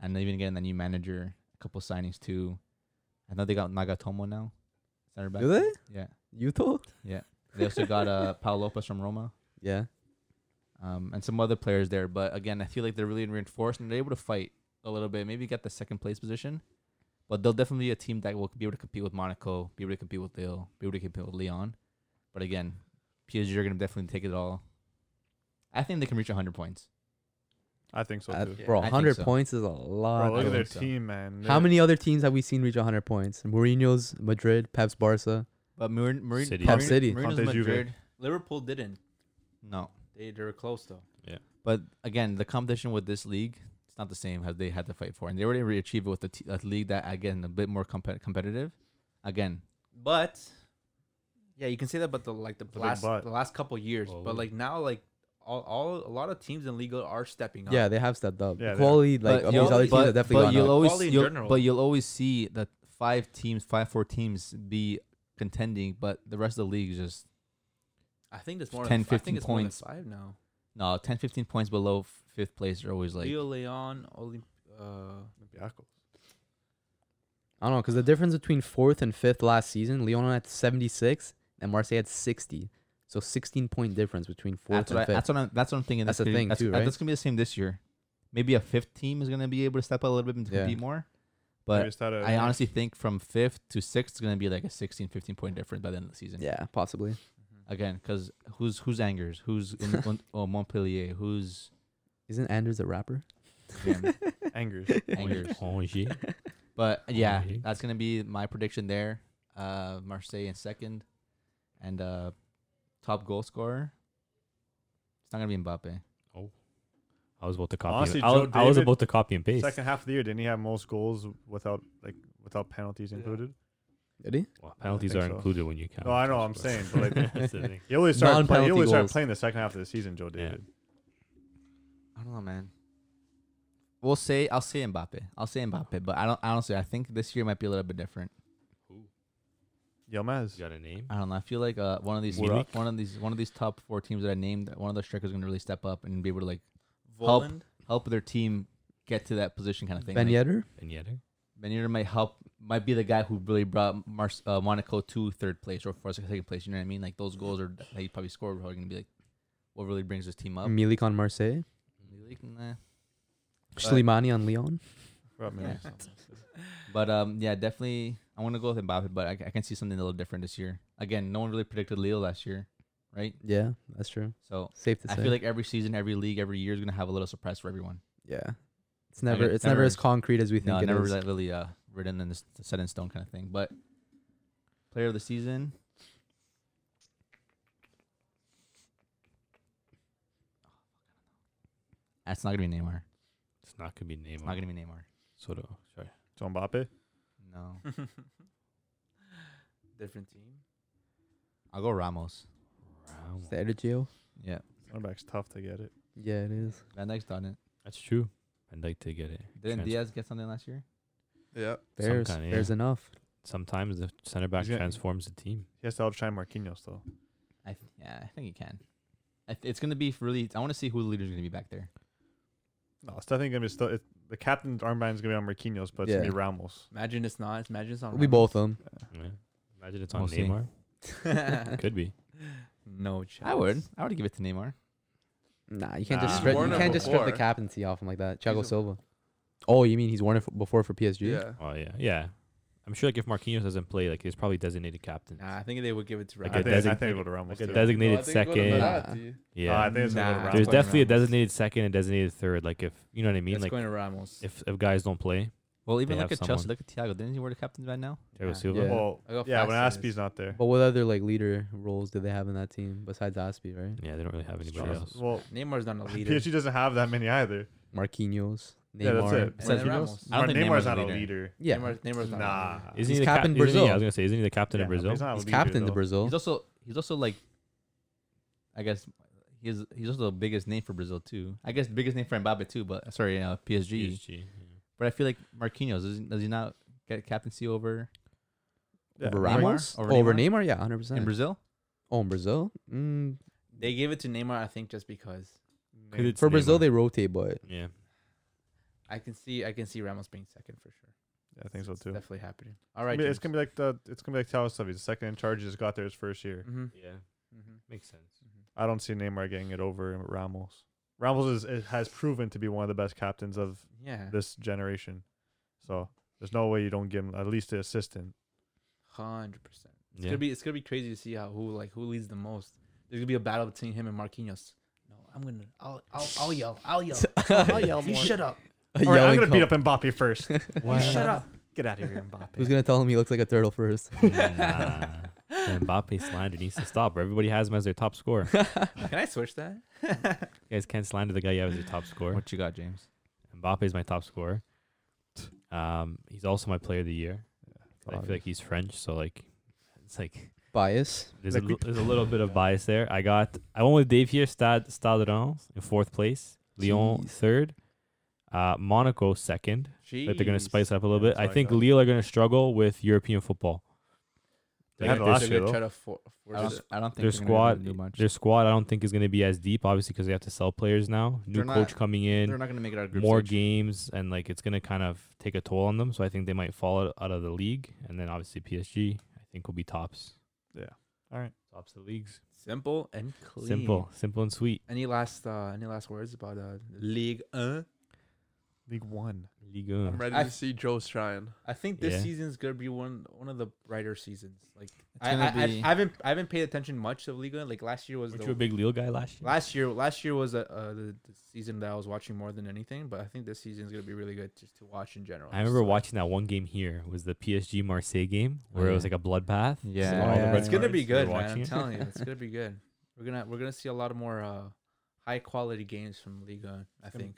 Speaker 6: and even getting the new manager, a couple signings too. I know they got Nagatomo now, center back.
Speaker 4: Do they?
Speaker 6: Yeah.
Speaker 4: You thought?
Speaker 6: They also got uh Paul Lopez from Roma
Speaker 4: Yeah.
Speaker 6: um, and some other players there. But again, I feel like they're really reinforced and they're able to fight a little bit. Maybe get the second place position, but they'll definitely be a team that will be able to compete with Monaco, be able to compete with Lille, be able to compete with Leon. But again, PSG are going to definitely take it all. I think they can reach 100 points.
Speaker 5: I think so
Speaker 4: Uh,
Speaker 5: too.
Speaker 4: bro,
Speaker 6: I think
Speaker 4: 100
Speaker 6: so.
Speaker 4: points is a lot.
Speaker 5: Bro, look
Speaker 6: I
Speaker 5: at their
Speaker 6: think so.
Speaker 5: team, man.
Speaker 4: How
Speaker 5: They're-
Speaker 4: many other teams have we seen reach 100 points? Mourinho's Madrid, Pep's Barca.
Speaker 6: But Marin, Marin,
Speaker 2: City.
Speaker 4: Pep
Speaker 6: Marin-
Speaker 4: City.
Speaker 6: Mourinho's
Speaker 5: Conte Juve.
Speaker 6: Madrid,
Speaker 1: Liverpool didn't.
Speaker 6: no.
Speaker 1: They they were close though.
Speaker 6: But again, the competition with this league, it's not the same as they had to fight for, and they already achieved it with a, t- a league that again a bit more compet competitive. Again,
Speaker 1: But yeah, you can say that. But the like the
Speaker 5: big
Speaker 1: last
Speaker 5: but.
Speaker 1: the last couple years,
Speaker 2: Whoa.
Speaker 1: but like now, like all, all a lot of teams in Liga are stepping up.
Speaker 4: Yeah, they have stepped up.
Speaker 5: Yeah,
Speaker 4: The
Speaker 5: they-
Speaker 4: quality, like,
Speaker 6: But
Speaker 4: of
Speaker 6: you'll-
Speaker 4: these other teams,
Speaker 6: but-
Speaker 4: have definitely
Speaker 6: but
Speaker 4: gone
Speaker 6: you'll
Speaker 4: up.
Speaker 6: always,
Speaker 1: Quality in
Speaker 6: you'll-
Speaker 1: general.
Speaker 6: But you'll always see that five teams, five four teams, be contending, but the rest of the league is just
Speaker 1: I think it's more
Speaker 6: 10,
Speaker 1: than, 15 I
Speaker 6: 15
Speaker 1: think it's
Speaker 6: points.
Speaker 1: More than five now.
Speaker 6: no 10, 15 points below f- fifth place. Are always like
Speaker 1: Leo Leon, Olymp- uh,
Speaker 5: Olympiacos.
Speaker 4: I don't know, because the difference between fourth and fifth last season, Lyon had 76 and Marseille had 60. So 16 point difference between fourth
Speaker 6: that's what, I,
Speaker 4: and fifth.
Speaker 6: that's what I'm that's what I'm thinking.
Speaker 4: That's
Speaker 6: this
Speaker 4: the
Speaker 6: could be-
Speaker 4: thing
Speaker 6: that's,
Speaker 4: too,
Speaker 6: uh,
Speaker 4: right?
Speaker 6: That's gonna be the same this year. Maybe a fifth team is going to be able to step up a little bit and
Speaker 1: Yeah.
Speaker 6: compete more.
Speaker 5: Maybe
Speaker 6: But
Speaker 5: it's not a-
Speaker 6: I honestly think from fifth to sixth is going to be like a 16, 15 point difference by the end of the season.
Speaker 4: Yeah, possibly.
Speaker 6: Again, because who's who's Angers? Who's in Mon- oh, Montpellier? Who's
Speaker 4: Isn't Anders a rapper?
Speaker 6: again,
Speaker 5: angers.
Speaker 6: Angers?
Speaker 2: Oh, yeah.
Speaker 6: But yeah,
Speaker 2: Alright.
Speaker 6: that's gonna be my prediction there. Uh, Marseille in second, and uh, top goal scorer. It's not gonna be Mbappe.
Speaker 2: I was about to copy.
Speaker 5: Honestly,
Speaker 2: I, was,
Speaker 5: Joe
Speaker 2: I was
Speaker 5: David-
Speaker 2: about to copy and paste.
Speaker 5: Second half of the year, didn't he have most goals without like without penalties
Speaker 3: Yeah.
Speaker 5: included?
Speaker 4: Did he?
Speaker 2: Well, penalties
Speaker 5: think
Speaker 2: are
Speaker 5: so.
Speaker 2: included when you count.
Speaker 5: No, I know,
Speaker 2: as
Speaker 5: I'm
Speaker 2: well.
Speaker 5: saying, but, like,
Speaker 2: That's the thing.
Speaker 5: He only started, play, he
Speaker 4: Non-penalty
Speaker 5: only started
Speaker 4: goals.
Speaker 5: playing the second half of the season, Joe
Speaker 2: Yeah.
Speaker 5: David.
Speaker 6: I don't know, man. We'll say I'll say Mbappe. I'll say Mbappe, but I don't honestly. I think this year might be a little bit different.
Speaker 5: Yilmaz.
Speaker 2: You got a name?
Speaker 6: I don't know. I feel like uh, one of these
Speaker 2: Milik?
Speaker 6: one of these one of these top four teams that I named, one of the strikers is gonna really step up and be able to like Help.
Speaker 1: Voland.
Speaker 6: help their team get to that position kind of thing.
Speaker 4: Ben
Speaker 6: Like,
Speaker 4: Yedder?
Speaker 2: Ben Yedder?
Speaker 6: Benitez might help, might be the guy who really brought Mar- uh, Monaco to third place or first second place. You know what I mean? Like those goals are that he probably scored are going to be like what really brings this team up.
Speaker 4: Milik on Marseille?
Speaker 6: Milik, nah.
Speaker 4: Slimani on Lyon?
Speaker 5: Rob Miller's
Speaker 6: Yeah.
Speaker 5: something.
Speaker 6: But um, yeah, definitely I want to go with Mbappe, but I, I can see something a little different this year. Again, no one really predicted Leo last year, right?
Speaker 4: Yeah, that's true.
Speaker 6: So
Speaker 4: Safe to
Speaker 6: I
Speaker 4: say.
Speaker 6: feel like every season, every league, every year is going to have a little surprise for everyone.
Speaker 4: yeah. It's
Speaker 6: Like,
Speaker 4: never
Speaker 6: it
Speaker 4: it's never
Speaker 6: never-
Speaker 4: as concrete as we think
Speaker 6: No,
Speaker 4: it
Speaker 6: never
Speaker 4: is.
Speaker 6: really- really uh, written in this set in stone kind of thing. But player of the season. That's not gonna be Neymar.
Speaker 2: It's not gonna be Neymar.
Speaker 6: It's not gonna be Neymar.
Speaker 2: Sort of. Sorry.
Speaker 5: So Mbappe.
Speaker 6: No,
Speaker 1: Different team.
Speaker 6: I'll go Ramos.
Speaker 2: Ramos.
Speaker 4: Sergio?
Speaker 6: Yeah,
Speaker 5: Center back's tough to get it.
Speaker 4: Yeah, it is.
Speaker 6: Van Dijk's done it.
Speaker 2: That's true. I'd like to get it.
Speaker 6: Didn't
Speaker 2: Trans-
Speaker 6: Diaz get something last year?
Speaker 3: Yeah.
Speaker 2: Some
Speaker 4: There's
Speaker 2: kinda,
Speaker 4: there's enough.
Speaker 2: Sometimes the center back
Speaker 5: He's gonna-
Speaker 2: transforms the team.
Speaker 5: He has to outshine Marquinhos though.
Speaker 6: I th- yeah, I think he can. I th- it's gonna be really. I want to see who the leader's gonna be back there.
Speaker 5: No, it's definitely gonna be still. It, the captain's armband's gonna be on Marquinhos, but it's
Speaker 4: Yeah.
Speaker 5: gonna be Ramos.
Speaker 1: Imagine it's not. Imagine it's not.
Speaker 4: We both of them.
Speaker 2: Yeah. Imagine it's on
Speaker 6: We'll see.
Speaker 2: Neymar.
Speaker 1: both.
Speaker 2: Could be.
Speaker 1: no chance.
Speaker 6: I would. I would give it to Neymar.
Speaker 4: Nah, you can't
Speaker 2: Nah.
Speaker 4: just strip,
Speaker 2: He's worn
Speaker 4: you
Speaker 2: it
Speaker 4: can't just strip the
Speaker 3: before.
Speaker 4: captaincy off him like that. Thiago
Speaker 3: He's a-
Speaker 4: Silva. Oh, you mean he's worn it f- before for PSG?
Speaker 3: Yeah.
Speaker 2: Oh yeah, yeah. I'm sure like if Marquinhos doesn't play, like he's probably designated captain.
Speaker 1: Nah, I think they would give it to
Speaker 2: Like
Speaker 1: Ramos.
Speaker 2: a
Speaker 5: I think,
Speaker 2: design-
Speaker 5: I think it'll go to Ramos.
Speaker 2: Like a
Speaker 5: too.
Speaker 2: designated
Speaker 3: No, I think
Speaker 2: second.
Speaker 3: go to
Speaker 4: Nah.
Speaker 3: Verratti.
Speaker 2: yeah.
Speaker 5: No, I think it's gonna
Speaker 1: Nah.
Speaker 5: go to Ramos.
Speaker 2: There's
Speaker 1: going
Speaker 2: definitely a
Speaker 1: Ramos.
Speaker 2: designated second and designated third. Like if you know what I mean,
Speaker 1: It's
Speaker 2: like
Speaker 1: going to Ramos.
Speaker 2: if, if guys don't play,
Speaker 6: Well, even
Speaker 2: even They
Speaker 6: look
Speaker 2: look have
Speaker 6: at
Speaker 2: at Chelsea,
Speaker 6: Chelsea.
Speaker 2: someone.
Speaker 6: Look at Thiago. Didn't he wear the captain by now?
Speaker 2: Thiago
Speaker 1: Yeah.
Speaker 2: Silva.
Speaker 4: Yeah.
Speaker 5: Well,
Speaker 1: I got
Speaker 5: yeah,
Speaker 1: five
Speaker 5: when
Speaker 1: centers.
Speaker 5: Aspie's not there.
Speaker 4: But what other like leader roles do they have in that team besides Aspi, right?
Speaker 2: Yeah, they don't really have anybody
Speaker 5: Well,
Speaker 2: else.
Speaker 5: Well,
Speaker 1: Neymar's not a leader.
Speaker 5: PSG doesn't have that many either.
Speaker 4: Marquinhos, Neymar.
Speaker 5: Yeah, that's it.
Speaker 1: And then
Speaker 5: Marquinhos?
Speaker 1: Ramos.
Speaker 6: I don't
Speaker 5: Mar-
Speaker 6: think
Speaker 5: Neymar's
Speaker 6: Neymar's a
Speaker 5: not a
Speaker 6: leader.
Speaker 5: leader.
Speaker 4: Yeah.
Speaker 1: Neymar's, Neymar's not. A
Speaker 5: Nah.
Speaker 1: leader.
Speaker 2: Isn't
Speaker 4: He's
Speaker 2: he the
Speaker 4: captain
Speaker 2: captain Brazil? I
Speaker 4: Brazil.
Speaker 2: was gonna say, isn't he the captain
Speaker 5: Yeah,
Speaker 2: of Brazil?
Speaker 5: He's not a
Speaker 4: He's
Speaker 5: leader,
Speaker 4: captain to
Speaker 5: though.
Speaker 4: Brazil.
Speaker 6: He's also he's also like, I guess he's he's also the biggest name for Brazil too. I guess the biggest name for Mbappe too, but sorry, uh, PSG.
Speaker 2: PSG, yeah.
Speaker 6: But I feel like Marquinhos does, does he not get captaincy over
Speaker 5: Yeah.
Speaker 4: Over
Speaker 6: Neymar?
Speaker 4: Ramos?
Speaker 6: Over
Speaker 4: Over,
Speaker 6: Neymar?
Speaker 4: Neymar? Yeah, 100%.
Speaker 2: Uh,
Speaker 6: in Brazil?
Speaker 4: oh, in Brazil? Mm,
Speaker 1: They gave it to Neymar, I think, just because
Speaker 2: Could it's
Speaker 4: for Brazil,
Speaker 2: Neymar.
Speaker 4: they rotate, but
Speaker 2: yeah.
Speaker 1: I can see I can see Ramos being second for sure.
Speaker 5: Yeah, I think so
Speaker 1: It's
Speaker 5: too.
Speaker 1: Definitely happening. All
Speaker 5: I
Speaker 1: right,
Speaker 5: mean, it's gonna be like the it's gonna be like Thiago Silva. He's the second in charge. He just got there his first year.
Speaker 1: Mm-hmm.
Speaker 2: Yeah,
Speaker 1: Mm-hmm.
Speaker 2: makes sense.
Speaker 5: I don't see Neymar getting it over Ramos. Ramos is, is, has proven to be one of the best captains of
Speaker 1: Yeah.
Speaker 5: this generation. So there's no way you don't give him at least the assistant.
Speaker 1: Hundred percent. It's
Speaker 2: Yeah.
Speaker 1: gonna be it's gonna be crazy to see how who like who leads the most. There's gonna be a battle between him and Marquinhos. No, I'm gonna I'll I'll, I'll yell I'll yell I'll yell more. You shut up.
Speaker 4: A
Speaker 5: All right, I'm
Speaker 4: yelling
Speaker 5: gonna beat
Speaker 4: coach.
Speaker 5: up Mbappe first.
Speaker 1: You shut up.
Speaker 5: Get out of here, Mbappe.
Speaker 4: Who's going to tell him he looks like a turtle first?
Speaker 2: nah. The Mbappe slander needs to stop. Or everybody has him as their top scorer. you
Speaker 1: Can I switch that?
Speaker 2: guys can't slander the guy you have as your top scorer.
Speaker 6: What you got, James?
Speaker 2: Mbappe is my top scorer. Um, he's also my player of the year. I feel like he's French, so like, it's like
Speaker 4: Bias.
Speaker 2: there's,
Speaker 5: Like
Speaker 2: a,
Speaker 5: we-
Speaker 2: li- there's a little bit of bias there. I got I went with Dave here. Stade Stade Reims in fourth place. Lyon
Speaker 4: Jeez.
Speaker 2: third. Uh, Monaco second. Like they're gonna
Speaker 1: Jeez.
Speaker 2: spice up a little
Speaker 5: Yeah,
Speaker 2: bit.
Speaker 5: that's
Speaker 2: I
Speaker 5: what I
Speaker 2: think
Speaker 5: thought.
Speaker 2: Lille are gonna struggle with European football.
Speaker 5: They
Speaker 1: They're
Speaker 5: had
Speaker 1: gonna-
Speaker 5: it last
Speaker 1: they're
Speaker 5: year,
Speaker 1: gonna
Speaker 5: though.
Speaker 1: try to for, force
Speaker 6: I don't,
Speaker 1: it.
Speaker 6: I don't think
Speaker 2: Their
Speaker 6: they're gonna
Speaker 2: squad,
Speaker 6: do much.
Speaker 2: their squad, I don't think is gonna be as deep, obviously, because they have to sell players now. New
Speaker 6: They're
Speaker 2: coach
Speaker 6: not-
Speaker 2: coming in.
Speaker 6: They're not gonna make it out of group
Speaker 2: more
Speaker 6: stage.
Speaker 2: games and like it's gonna kind of take a toll on them. So I think they might fall out, out of the league, and then obviously PSG I think will be tops,
Speaker 5: All right.
Speaker 2: tops of the leagues.
Speaker 1: Simple and clean.
Speaker 2: Simple, simple and sweet.
Speaker 1: Any last uh any last words about uh League 1?
Speaker 5: League One.
Speaker 2: Ligue
Speaker 3: I'm
Speaker 2: 1.
Speaker 3: ready
Speaker 1: I
Speaker 3: to
Speaker 1: f-
Speaker 3: see Joe's trying.
Speaker 1: I think this
Speaker 2: Yeah.
Speaker 1: season's gonna be one one of the brighter seasons. Like
Speaker 6: It's
Speaker 1: I,
Speaker 6: gonna
Speaker 1: I,
Speaker 6: be-
Speaker 1: I, I haven't I haven't paid attention much of Liga. Like last year was
Speaker 2: Weren't
Speaker 1: the
Speaker 2: you a big Lille guy last year?
Speaker 1: last year last year was a, uh, the, the season that I was watching more than anything. But I think this season's gonna be really good just to watch in general.
Speaker 2: I remember
Speaker 1: So-
Speaker 2: watching that one game here. Was the PSG Marseille game where it was
Speaker 6: yeah.
Speaker 2: like a bloodbath? Just, like,
Speaker 6: Yeah.
Speaker 2: all the
Speaker 6: Yeah.
Speaker 2: red
Speaker 1: It's gonna
Speaker 2: cards.
Speaker 1: be
Speaker 2: You were
Speaker 1: good, man.
Speaker 2: watching
Speaker 1: I'm
Speaker 2: it?
Speaker 1: telling you, it's gonna be good. We're gonna we're gonna see a lot of more uh, high quality games from Liga. I
Speaker 5: gonna
Speaker 1: think.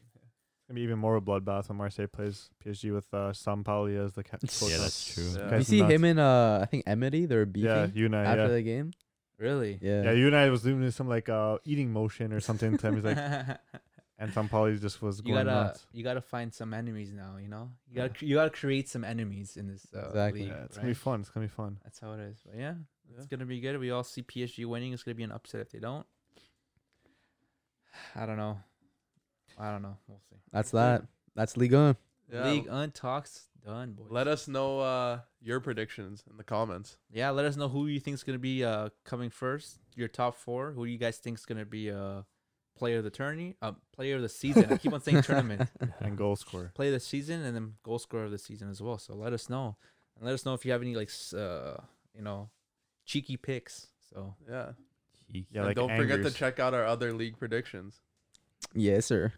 Speaker 5: It's gonna be even more of a bloodbath when Marseille plays PSG with uh, Sampaoli as the ca- coach.
Speaker 2: Yeah, that's true.
Speaker 3: Yeah.
Speaker 5: Guys
Speaker 4: You
Speaker 5: is
Speaker 4: see him
Speaker 5: nuts.
Speaker 4: and uh, I think Emery, they're beefing
Speaker 5: Yeah, Unai.
Speaker 4: after
Speaker 5: Yeah.
Speaker 4: the game.
Speaker 1: Really.
Speaker 4: Yeah.
Speaker 5: yeah, Unai was doing some like uh, eating motion or something to him. He's like, and Sampaoli just was
Speaker 1: you
Speaker 5: going
Speaker 1: gotta
Speaker 5: nuts.
Speaker 1: you gotta find some enemies now. You know, you
Speaker 5: Yeah.
Speaker 1: gotta cre- you gotta create some enemies in this uh,
Speaker 4: Exactly.
Speaker 1: league.
Speaker 5: Yeah, it's gonna be
Speaker 1: right?
Speaker 5: fun. It's gonna be fun.
Speaker 1: That's how it is. But yeah, it's
Speaker 3: Yeah.
Speaker 1: gonna be good. We all see PSG winning. It's gonna be an upset if they don't. I don't know. I don't know. We'll see.
Speaker 4: That's that. That's Ligue 1.
Speaker 3: Yeah.
Speaker 1: League untalks done, boys.
Speaker 3: Let us know uh, your predictions in the comments.
Speaker 1: yeah, let us know who you think's gonna be uh coming first. Your top four. Who you guys think's gonna be uh player of the tourney, uh player of the season. I keep on saying tournament.
Speaker 5: And goal scorer.
Speaker 1: play of the season and then goal scorer of the season as well. So let us know, and let us know if you have any like s- uh, you know cheeky picks. So
Speaker 3: Yeah.
Speaker 2: Cheeky.
Speaker 5: Yeah,
Speaker 3: and
Speaker 5: like
Speaker 3: don't forget to
Speaker 5: Angers.
Speaker 3: check out our other league predictions.
Speaker 4: Yes, sir.